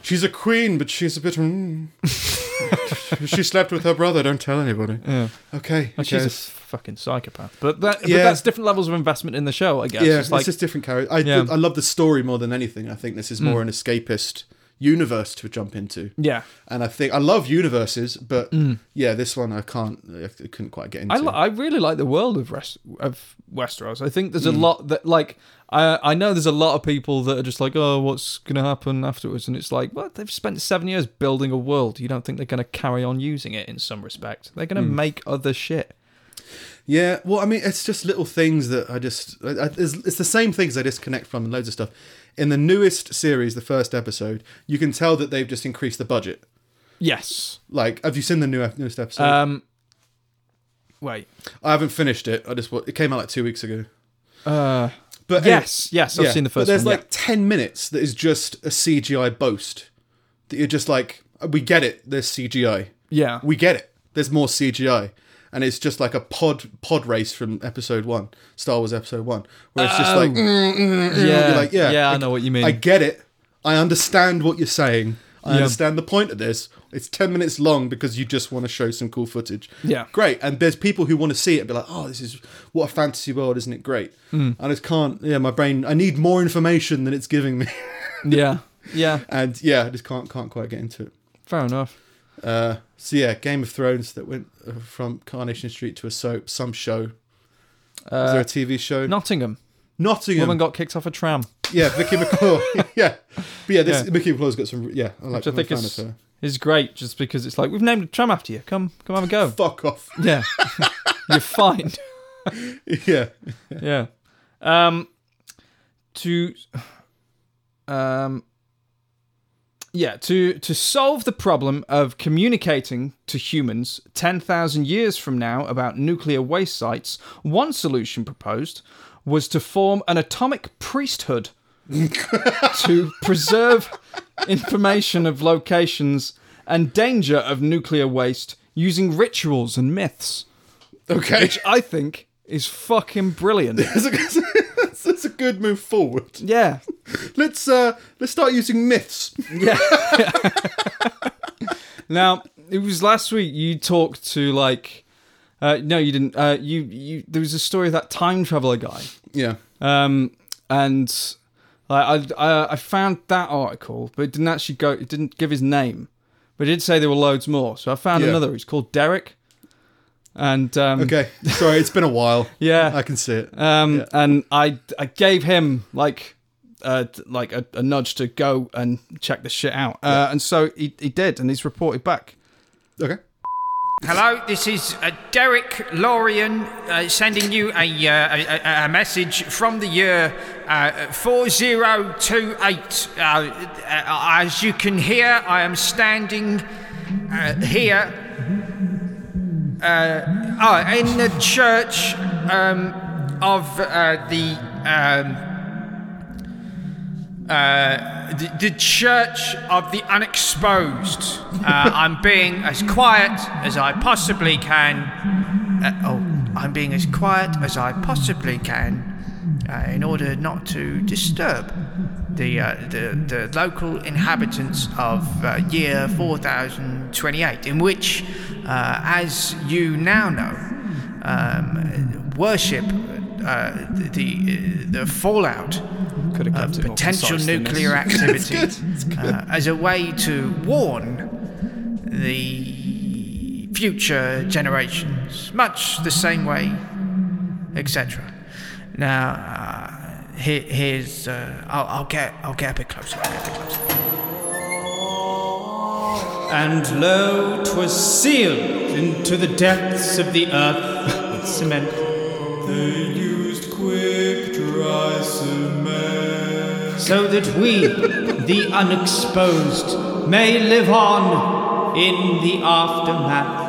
Speaker 2: She's a queen, but she's a bit. mm. she slept with her brother. Don't tell anybody.
Speaker 1: Yeah.
Speaker 2: Okay.
Speaker 1: And she's a
Speaker 2: okay.
Speaker 1: fucking psychopath. But that
Speaker 2: Yeah.
Speaker 1: but that's different levels of investment in the show, I guess.
Speaker 2: yeah,
Speaker 1: it's
Speaker 2: it's,
Speaker 1: like
Speaker 2: just different character. I,
Speaker 1: Yeah. Hmm.
Speaker 2: I love the story more than anything. I think this is more an escapist universe to jump into.
Speaker 1: yeah.
Speaker 2: and I think I love universes, but yeah, this one I can't, I couldn't quite get into.
Speaker 1: Mm. I, li- I really like the world of rest- of Westeros. I think there's
Speaker 2: Mm.
Speaker 1: a lot that like I I know there's a lot of people that are just like oh what's gonna happen afterwards and it's like well they've spent seven years building a world you don't think they're gonna carry on using it in some respect they're
Speaker 2: Mm.
Speaker 1: gonna make other shit
Speaker 2: yeah, well, I mean, it's just little things that I just, I, I, it's, it's the same things I disconnect from and loads of stuff. In the newest series, the first episode, you can tell that they've just increased the budget.
Speaker 1: yes
Speaker 2: Like, have you seen the new ep- newest episode?
Speaker 1: um wait
Speaker 2: I haven't finished it. I just wa- it came out like two weeks ago.
Speaker 1: uh
Speaker 2: But
Speaker 1: yes yes I've
Speaker 2: yeah,
Speaker 1: seen the
Speaker 2: but
Speaker 1: first
Speaker 2: there's
Speaker 1: one yeah.
Speaker 2: like ten minutes that is just a CGI boast. That you're just like, we get it. There's CGI.
Speaker 1: yeah
Speaker 2: we get it. There's more CGI, and it's just like a pod pod race from episode one, Star Wars episode one, where it's just
Speaker 1: Oh,
Speaker 2: like, mm, mm, mm,
Speaker 1: yeah
Speaker 2: you're like, yeah,
Speaker 1: yeah I know what you mean
Speaker 2: I get it. I understand what you're saying. I
Speaker 1: Yeah.
Speaker 2: understand the point of this. It's ten minutes long because you just want to show some cool footage.
Speaker 1: Yeah.
Speaker 2: great. And there's people who want to see it and be like, "Oh, this is what a fantasy world, isn't it great?"
Speaker 1: Hmm.
Speaker 2: I just can't. Yeah, my brain. I need more information than it's giving me,
Speaker 1: yeah yeah
Speaker 2: and yeah, I just can't can't quite get into it.
Speaker 1: fair enough
Speaker 2: Uh, so yeah, Game of Thrones that went uh, from Carnation Street to a soap, some show. Is there a TV show?
Speaker 1: Nottingham
Speaker 2: Nottingham.
Speaker 1: Uh, woman got kicked off a tram
Speaker 2: yeah, Vicky McCall. yeah, but yeah, this
Speaker 1: Yeah.
Speaker 2: Vicky McCall's got some. Yeah, I like.
Speaker 1: which I
Speaker 2: I'm a
Speaker 1: think
Speaker 2: fan
Speaker 1: is,
Speaker 2: of her.
Speaker 1: is great just because it's like we've named a tram after you. Come come have a go.
Speaker 2: Fuck off.
Speaker 1: yeah. You're fined.
Speaker 2: yeah,
Speaker 1: Yeah. Um to um yeah, to to solve the problem of communicating to humans 10,000 years from now about nuclear waste sites, one solution proposed was to form an atomic priesthood to preserve information of locations and danger of nuclear waste using rituals and myths,
Speaker 2: okay.
Speaker 1: which I think is fucking brilliant.
Speaker 2: That's a, that's a good move forward.
Speaker 1: Yeah.
Speaker 2: Let's uh, let's start using myths.
Speaker 1: Yeah. now, it was last week you talked to like uh, no, you didn't. Uh, you, you, there was a story of that time traveler guy,
Speaker 2: Yeah,
Speaker 1: um, and Like I, I, I found that article, but it didn't actually go. It didn't give his name, but it did say there were loads more. So I found
Speaker 2: Yeah.
Speaker 1: another. It's called Derek, and um,
Speaker 2: Okay, sorry, it's been a while.
Speaker 1: Yeah.
Speaker 2: I can see it.
Speaker 1: um,
Speaker 2: Yeah.
Speaker 1: and I, I gave him like, uh, like a, a nudge to go and check this shit out. Uh, And so he, he did, and he's reported back.
Speaker 2: Okay.
Speaker 4: Hello, this is uh, Derek Lorian uh, sending you a, uh, a, a- a message from the year uh, 4028. Uh, uh, as you can hear, I am standing uh, here uh, oh, in the church um, of uh, the. Um, the, the Church of the Unexposed. Uh, I'm being as quiet as I possibly can. Uh, oh, I'm being as quiet as I possibly can uh, in order not to disturb the, uh, the, the local inhabitants of uh, year 4028, in which, uh, as you now know, um, worship uh, the, the, the fallout
Speaker 1: Could have
Speaker 4: uh,
Speaker 1: kept it more
Speaker 4: potential
Speaker 1: concise than this.
Speaker 4: nuclear activity
Speaker 2: good, it's
Speaker 4: uh, as a way to warn the future generations, much the same way, etc. Now, uh, here, here's uh, I'll, I'll get I'll get a bit closer. I'll get a bit closer.
Speaker 5: And lo, 'twas sealed into the depths of the earth with cement.
Speaker 6: They used quick dry cement.
Speaker 5: so that we, the unexposed, may live on in the aftermath.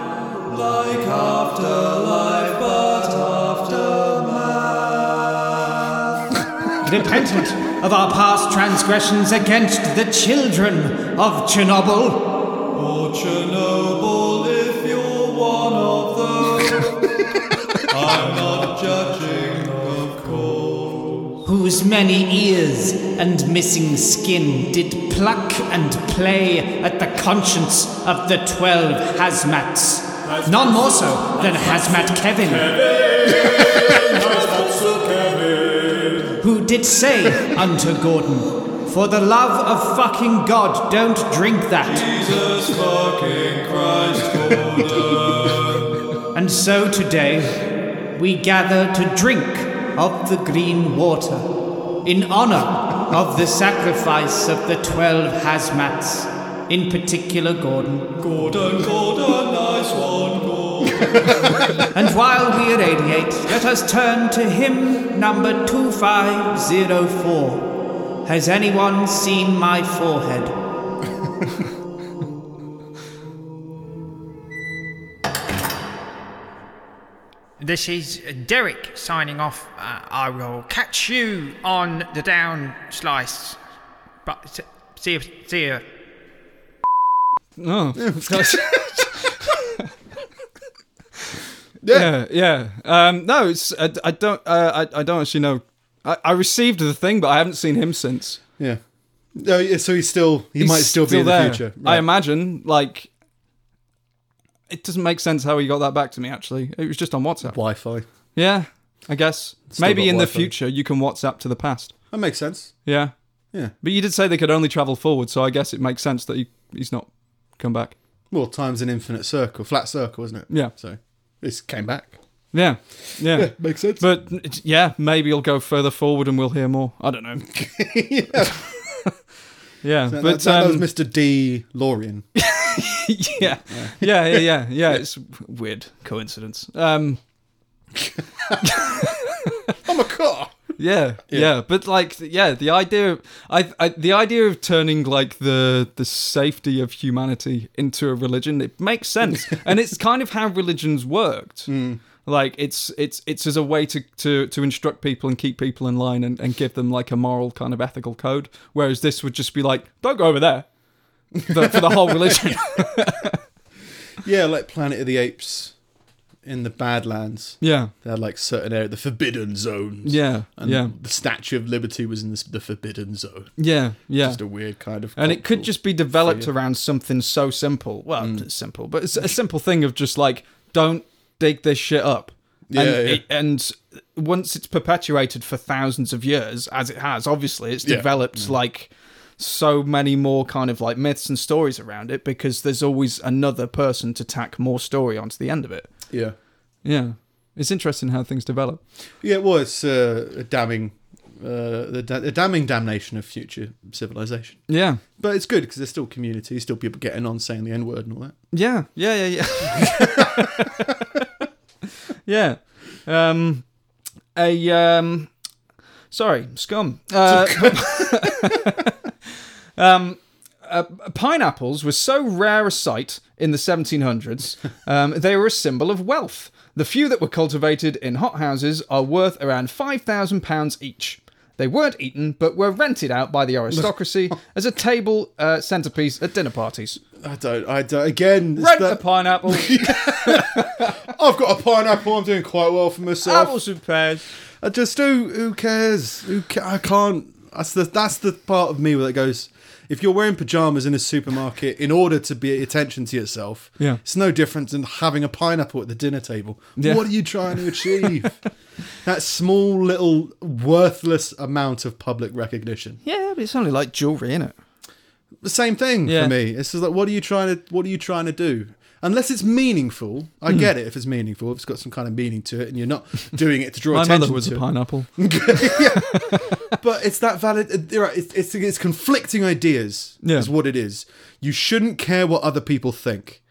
Speaker 6: Like afterlife, but aftermath.
Speaker 5: Repentant of our past transgressions against the children of Chernobyl,
Speaker 6: Or oh, Chernobyl, if you're one of those. I'm not judging, of course.
Speaker 5: whose many ears and missing skin did pluck and play at the conscience of the twelve hazmats. None more so than Hazmat Kevin.
Speaker 6: That's so Kevin.
Speaker 5: who did say unto Gordon, For the love of fucking God, don't drink that.
Speaker 6: Jesus fucking Christ, Gordon.
Speaker 5: And so today, we gather to drink of the green water in honor of the sacrifice of the twelve hazmats, in particular Gordon.
Speaker 6: Gordon, Gordon, nice one, Gordon.
Speaker 5: And while we irradiate, let us turn to hymn number 2504. Has anyone seen my forehead?
Speaker 4: This is Derek signing off. Uh, I will catch you on the down slice. But s- see you, see you.
Speaker 1: Oh. yeah, yeah. Um, no, it's I, I don't. Uh, I I don't actually know. I, I received the thing, but I haven't seen him since.
Speaker 2: Yeah. Oh, yeah, so he's still he might
Speaker 1: He's
Speaker 2: still, be in the
Speaker 1: there.
Speaker 2: future.
Speaker 1: I imagine. Like, it doesn't make sense how he got that back to me. Actually, it was just on WhatsApp.
Speaker 2: Wi-Fi.
Speaker 1: Yeah, I guess
Speaker 2: Still
Speaker 1: maybe
Speaker 2: got
Speaker 1: in the
Speaker 2: Wi-Fi.
Speaker 1: future you can WhatsApp to the past.
Speaker 2: That makes sense.
Speaker 1: Yeah,
Speaker 2: Yeah.
Speaker 1: but you did say they could only travel forward, so I guess it makes sense that he, he's not come back.
Speaker 2: Well, time's an infinite circle, flat circle, isn't it?
Speaker 1: Yeah.
Speaker 2: So it's came back.
Speaker 1: Yeah, yeah.
Speaker 2: Makes sense.
Speaker 1: But it's- yeah, maybe he'll go further forward and we'll hear more. I don't know. yeah, but
Speaker 2: That- that, that
Speaker 1: um,
Speaker 2: was Mr. D. Lorian.
Speaker 1: yeah, yeah, yeah, yeah, yeah. It's w- weird coincidence. Um,
Speaker 2: I'm a car.
Speaker 1: yeah, yeah, but like, yeah, the idea, of, I, I, the idea of turning like the the safety of humanity into a religion, it makes sense, and it's kind of how religions worked.
Speaker 2: Hmm.
Speaker 1: Like it's it's it's as a way to, to, to instruct people and keep people in line and, and give them like a moral kind of ethical code. Whereas this would just be like, don't go over there for, for the whole religion.
Speaker 2: Yeah, like Planet of the Apes in the Badlands.
Speaker 1: yeah,
Speaker 2: They had like certain area, the Forbidden Zones.
Speaker 1: yeah,
Speaker 2: And
Speaker 1: yeah,
Speaker 2: the Statue of Liberty was in this, the Forbidden Zone.
Speaker 1: yeah, yeah.
Speaker 2: Just a weird kind of.
Speaker 1: and it could
Speaker 2: cultural-
Speaker 1: just be developed around something so
Speaker 2: Mm.
Speaker 1: simple. Well, it's simple, but it's a simple thing of just like don't dig this shit up. and,
Speaker 2: Yeah, yeah.
Speaker 1: it- and once it's perpetuated for thousands of years, as it has, obviously, it's
Speaker 2: Yeah. Mm.
Speaker 1: developed like so many more kind of like myths and stories around it because there's always another person to tack more story onto the end of it.
Speaker 2: Yeah.
Speaker 1: Yeah. It's interesting how things develop.
Speaker 2: Yeah, it was uh, a damning, uh, the da- a damning damnation of future civilization.
Speaker 1: Yeah.
Speaker 2: But it's good because there's still community, still people getting on saying the N word and all that.
Speaker 1: Yeah, yeah, yeah, yeah. yeah. Um, a um, sorry, scum. Uh, um, uh, pineapples were so rare a sight in the 1700s. Um, they were a symbol of wealth. The few that were cultivated in hothouses are worth around five thousand pounds each. They weren't eaten, but were rented out by the aristocracy as a table uh, centerpiece at dinner parties.
Speaker 2: I don't. I don't. Again, it's
Speaker 1: Rent
Speaker 2: that-
Speaker 1: a pineapple.
Speaker 2: I've got a pineapple. I'm doing quite well for myself.
Speaker 1: apples and pears.
Speaker 2: I just who who cares? Who ca- I can't. That's the that's the part of me where that goes. If you're wearing pajamas in a supermarket in order to be attention to yourself,
Speaker 1: Yeah.
Speaker 2: it's no different than having a pineapple at the dinner table.
Speaker 1: Yeah.
Speaker 2: What are you trying to achieve? that small little worthless amount of public recognition.
Speaker 1: Yeah, but it's only like jewelry, innit?
Speaker 2: The same thing
Speaker 1: Yeah.
Speaker 2: for me. It's just like what are you trying to what are you trying to do? Unless it's meaningful, I
Speaker 1: Hmm.
Speaker 2: get it. If it's meaningful, if it's got some kind of meaning to it, and you're not doing it to draw
Speaker 1: My
Speaker 2: attention
Speaker 1: mother was
Speaker 2: to
Speaker 1: a
Speaker 2: it.
Speaker 1: pineapple.
Speaker 2: but it's that valid. uh, you're right, It's, it's it's conflicting ideas.
Speaker 1: Yeah.
Speaker 2: is what it is. You shouldn't care what other people think.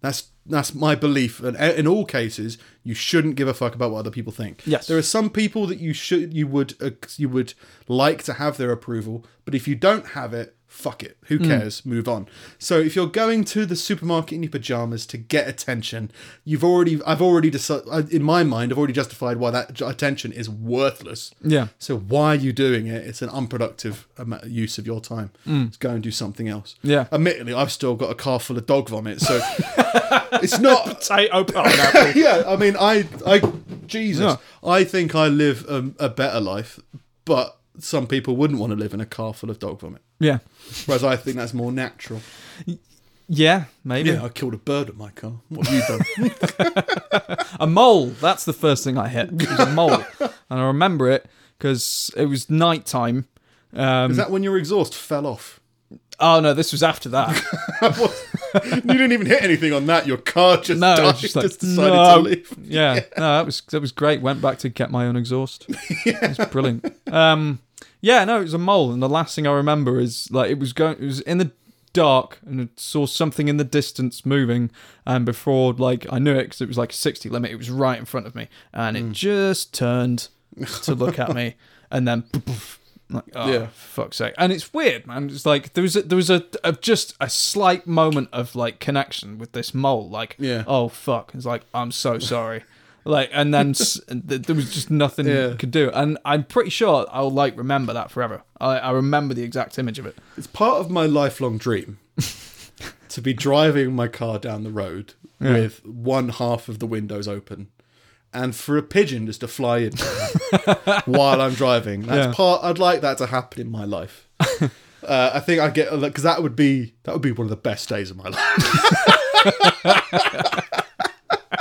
Speaker 2: That's that's my belief. And a- in all cases, you shouldn't give a fuck about what other people think.
Speaker 1: Yes.
Speaker 2: there are some people that you should you would uh, you would like to have their approval, but if you don't have it. Fuck it. Who
Speaker 1: Hmm.
Speaker 2: cares? Move on. So if you're going to the supermarket in your pajamas to get attention, you've already, I've already decided, in my mind, I've already justified why that j- attention is worthless.
Speaker 1: Yeah.
Speaker 2: So why are you doing it? It's an unproductive ama- use of your time. Go and do something else.
Speaker 1: Mm. Yeah.
Speaker 2: Admittedly, I've still got a car full of dog vomit, so it's not.
Speaker 1: Potato pineapple.
Speaker 2: Yeah, I mean, I, I, Jesus,
Speaker 1: Yeah.
Speaker 2: I think I live um, a better life, but some people wouldn't want to live in a car full of dog vomit.
Speaker 1: yeah.
Speaker 2: Whereas I think that's more natural.
Speaker 1: Yeah, maybe.
Speaker 2: Yeah, I killed a bird with my car. What have you done?
Speaker 1: A mole. That's the first thing I hit. It was a mole. and I remember it because it was night time. Um,
Speaker 2: Is that when your exhaust fell off?
Speaker 1: oh, no, this was after that.
Speaker 2: you didn't even hit anything on that. Your car just
Speaker 1: No, it
Speaker 2: died.
Speaker 1: was just like,
Speaker 2: just decided
Speaker 1: no.
Speaker 2: to leave.
Speaker 1: Yeah, no, that was that was great. Went back to get my own exhaust. It was brilliant. Um, yeah, no, it was a mole, and the last thing I remember is like it was going. It was in the dark, and I saw something in the distance moving. And before like I knew it, because it was like a sixty limit, it was right in front of me, and it
Speaker 2: Hmm.
Speaker 1: just turned to look at me, and then. Like, oh,
Speaker 2: Yeah.
Speaker 1: fuck's sake. And it's weird, man. It's like there was a, there was a, a just a slight moment of like connection with this mole. Like,
Speaker 2: Yeah.
Speaker 1: oh fuck. It's like I'm so sorry. like, and then s- th- there was just nothing
Speaker 2: Yeah.
Speaker 1: you could do. And I'm pretty sure I'll like remember that forever. I, I remember the exact image of it.
Speaker 2: It's part of my lifelong dream to be driving my car down the road with one half of the windows open and for a pigeon just to fly in while I'm driving. That's
Speaker 1: Yeah.
Speaker 2: part I'd like that to happen in my life. Uh, I think I get because that would be that would be one of the best days of my life.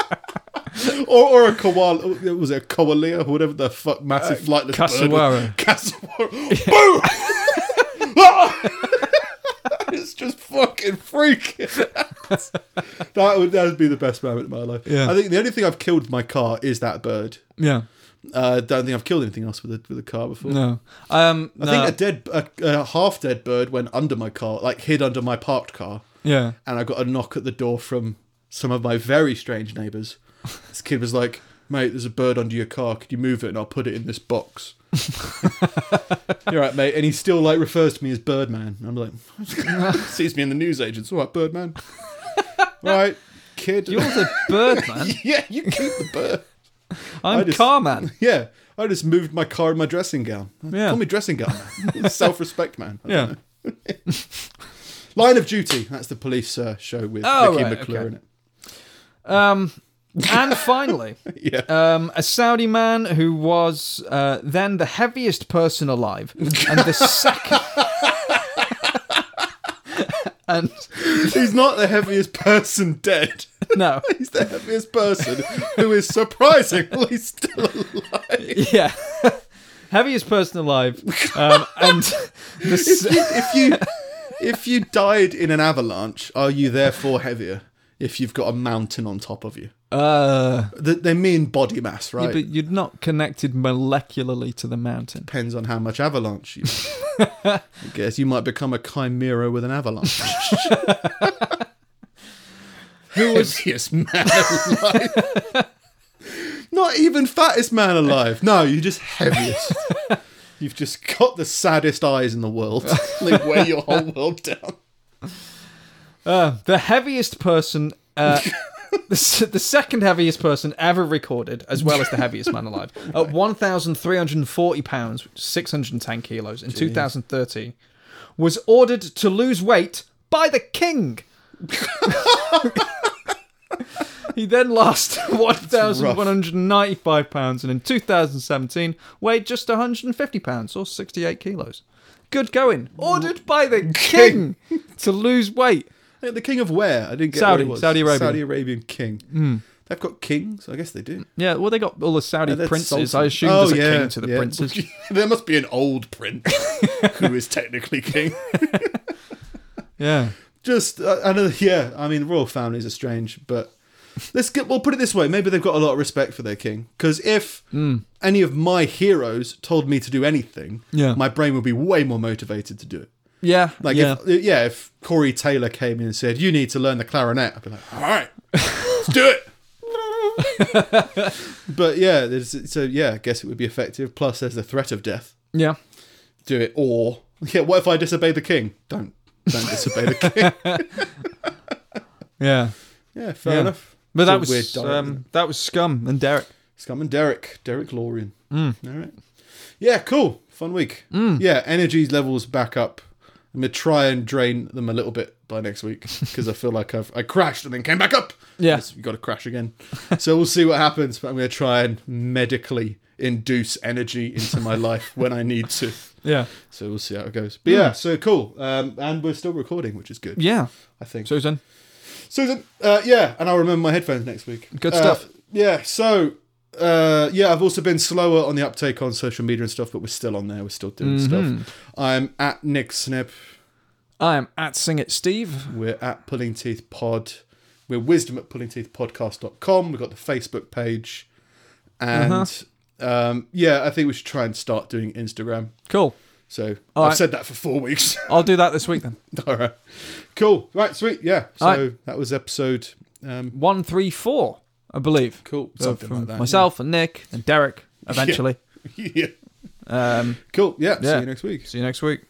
Speaker 2: or, or a koala, was it a koala or whatever the fuck massive flightless
Speaker 1: Uh, cassowary.
Speaker 2: bird? Cassowary. Boom! it's just fucking freaking. out. that would that would be the best moment of my life.
Speaker 1: Yeah.
Speaker 2: I think the only thing I've killed with my car is that bird.
Speaker 1: Yeah.
Speaker 2: Uh, I don't think I've killed anything else with a with a car before.
Speaker 1: No. Um.
Speaker 2: I
Speaker 1: no.
Speaker 2: think a dead, a, a half dead bird went under my car, like hid under my parked car,
Speaker 1: yeah.
Speaker 2: and I got a knock at the door from some of my very strange neighbours. This kid was like, "Mate, there's a bird under your car. Could you move it and I'll put it in this box?" You're right, mate. And he still like refers to me as Birdman. And I'm like, sees me in the newsagents. All right, Birdman. right, kid.
Speaker 1: You're the bird man.
Speaker 2: yeah, you keep the bird. I
Speaker 1: I'm
Speaker 2: just-
Speaker 1: Carman.
Speaker 2: Yeah, I just moved my car in my dressing gown.
Speaker 1: Yeah.
Speaker 2: Call me dressing gown man. Self respect man. I don't
Speaker 1: Yeah.
Speaker 2: know. Line of Duty. That's the police uh, show with
Speaker 1: Oh,
Speaker 2: Vicky
Speaker 1: right,
Speaker 2: McClure
Speaker 1: okay.
Speaker 2: in it.
Speaker 1: Um. And finally.
Speaker 2: Yeah.
Speaker 1: um, a Saudi man who was uh, then the heaviest person alive and the second. and
Speaker 2: He's not the heaviest person dead.
Speaker 1: No.
Speaker 2: He's the heaviest person who is surprisingly still alive.
Speaker 1: Yeah. Heaviest person alive. Um, and the s-
Speaker 2: If you if you died in an avalanche, are you therefore heavier if you've got a mountain on top of you?
Speaker 1: uh,
Speaker 2: Th- They mean body mass, right?
Speaker 1: but you're not connected molecularly to the mountain.
Speaker 2: Depends on how much avalanche you. I guess you might become a chimera with an avalanche. Who was heaviest man alive? Not even fattest man alive. No, you're just heaviest. You've just got the saddest eyes in the world. They weigh your whole world down.
Speaker 1: Uh, the heaviest person. Uh, the, s- the second heaviest person ever recorded, as well as the heaviest man alive, at 1,340 pounds, which is 610 kilos, in 2013, was ordered to lose weight by the king. he then lost 1,195 pounds, and in 2017 weighed just 150 pounds, or 68 kilos. Good going. Ordered by the king to lose weight.
Speaker 2: The king of where? I didn't get
Speaker 1: Saudi,
Speaker 2: what he was.
Speaker 1: Saudi Hmm. Arabia.
Speaker 2: Saudi Arabian king. They've got kings. I guess they do.
Speaker 1: Yeah, well, they got all the Saudi
Speaker 2: They're
Speaker 1: princes.
Speaker 2: Uh,
Speaker 1: I
Speaker 2: sultan.
Speaker 1: assume
Speaker 2: Oh,
Speaker 1: there's a
Speaker 2: yeah,
Speaker 1: king to the
Speaker 2: yeah.
Speaker 1: princes.
Speaker 2: there must be an old prince who is technically king.
Speaker 1: Yeah.
Speaker 2: Just uh, another yeah. I mean, royal families are strange, but let's get. We'll put it this way: maybe they've got a lot of respect for their king. Because if
Speaker 1: Mm.
Speaker 2: any of my heroes told me to do anything,
Speaker 1: Yeah.
Speaker 2: my brain would be way more motivated to do it.
Speaker 1: Yeah.
Speaker 2: Like
Speaker 1: yeah.
Speaker 2: if yeah, if Corey Taylor came in and said, "You need to learn the clarinet," I'd be like, "All right, let's do it." but yeah, there's, so yeah, I guess it would be effective. Plus, there's the threat of death.
Speaker 1: yeah.
Speaker 2: Do it, or yeah, what if I disobey the king? Don't don't disobey the king.
Speaker 1: Yeah.
Speaker 2: Yeah, fair
Speaker 1: Yeah.
Speaker 2: enough.
Speaker 1: But
Speaker 2: It's
Speaker 1: that
Speaker 2: a weird
Speaker 1: was
Speaker 2: diet, isn't
Speaker 1: um, that was scum and Derek.
Speaker 2: it? Scum and Derek, Derek Lorien.
Speaker 1: Mm.
Speaker 2: All right, yeah, cool, fun week. Yeah, energy levels back up. I'm gonna try and drain them a little bit by next week because I feel like I've I crashed and then came back up.
Speaker 1: Yeah.
Speaker 2: you got to crash again. so we'll see what happens. But I'm gonna try and medically induce energy into my life when I need to.
Speaker 1: Yeah. Mm.
Speaker 2: So we'll see how it goes. But yeah, so cool. Um, and we're still recording, which is good.
Speaker 1: Yeah.
Speaker 2: I think.
Speaker 1: Susan.
Speaker 2: Susan, uh, yeah, and I'll remember my headphones next week.
Speaker 1: Good
Speaker 2: Uh,
Speaker 1: stuff.
Speaker 2: Yeah, so uh, yeah, I've also been slower on the uptake on social media and stuff, but we're still on there. We're still doing
Speaker 1: Mm-hmm.
Speaker 2: stuff. I'm at Nick Snip.
Speaker 1: I am at Sing It Steve.
Speaker 2: We're at Pulling Teeth Pod. We're wisdom at pullingteethpodcast.com. We've got the Facebook page. And
Speaker 1: Uh-huh.
Speaker 2: um, yeah, I think we should try and start doing Instagram.
Speaker 1: Cool.
Speaker 2: So
Speaker 1: All
Speaker 2: I've
Speaker 1: right.
Speaker 2: said that for four weeks.
Speaker 1: I'll do that this week then.
Speaker 2: All right. Cool. Right, sweet. Yeah. So
Speaker 1: All right.
Speaker 2: that was episode. Um,
Speaker 1: One, three, four, I believe.
Speaker 2: cool.
Speaker 1: So
Speaker 2: Something
Speaker 1: from
Speaker 2: like that. yeah.
Speaker 1: myself and Nick and Derek eventually.
Speaker 2: yeah.
Speaker 1: Um,
Speaker 2: Cool. Yeah.
Speaker 1: Yeah.
Speaker 2: See you next week.
Speaker 1: see you next week.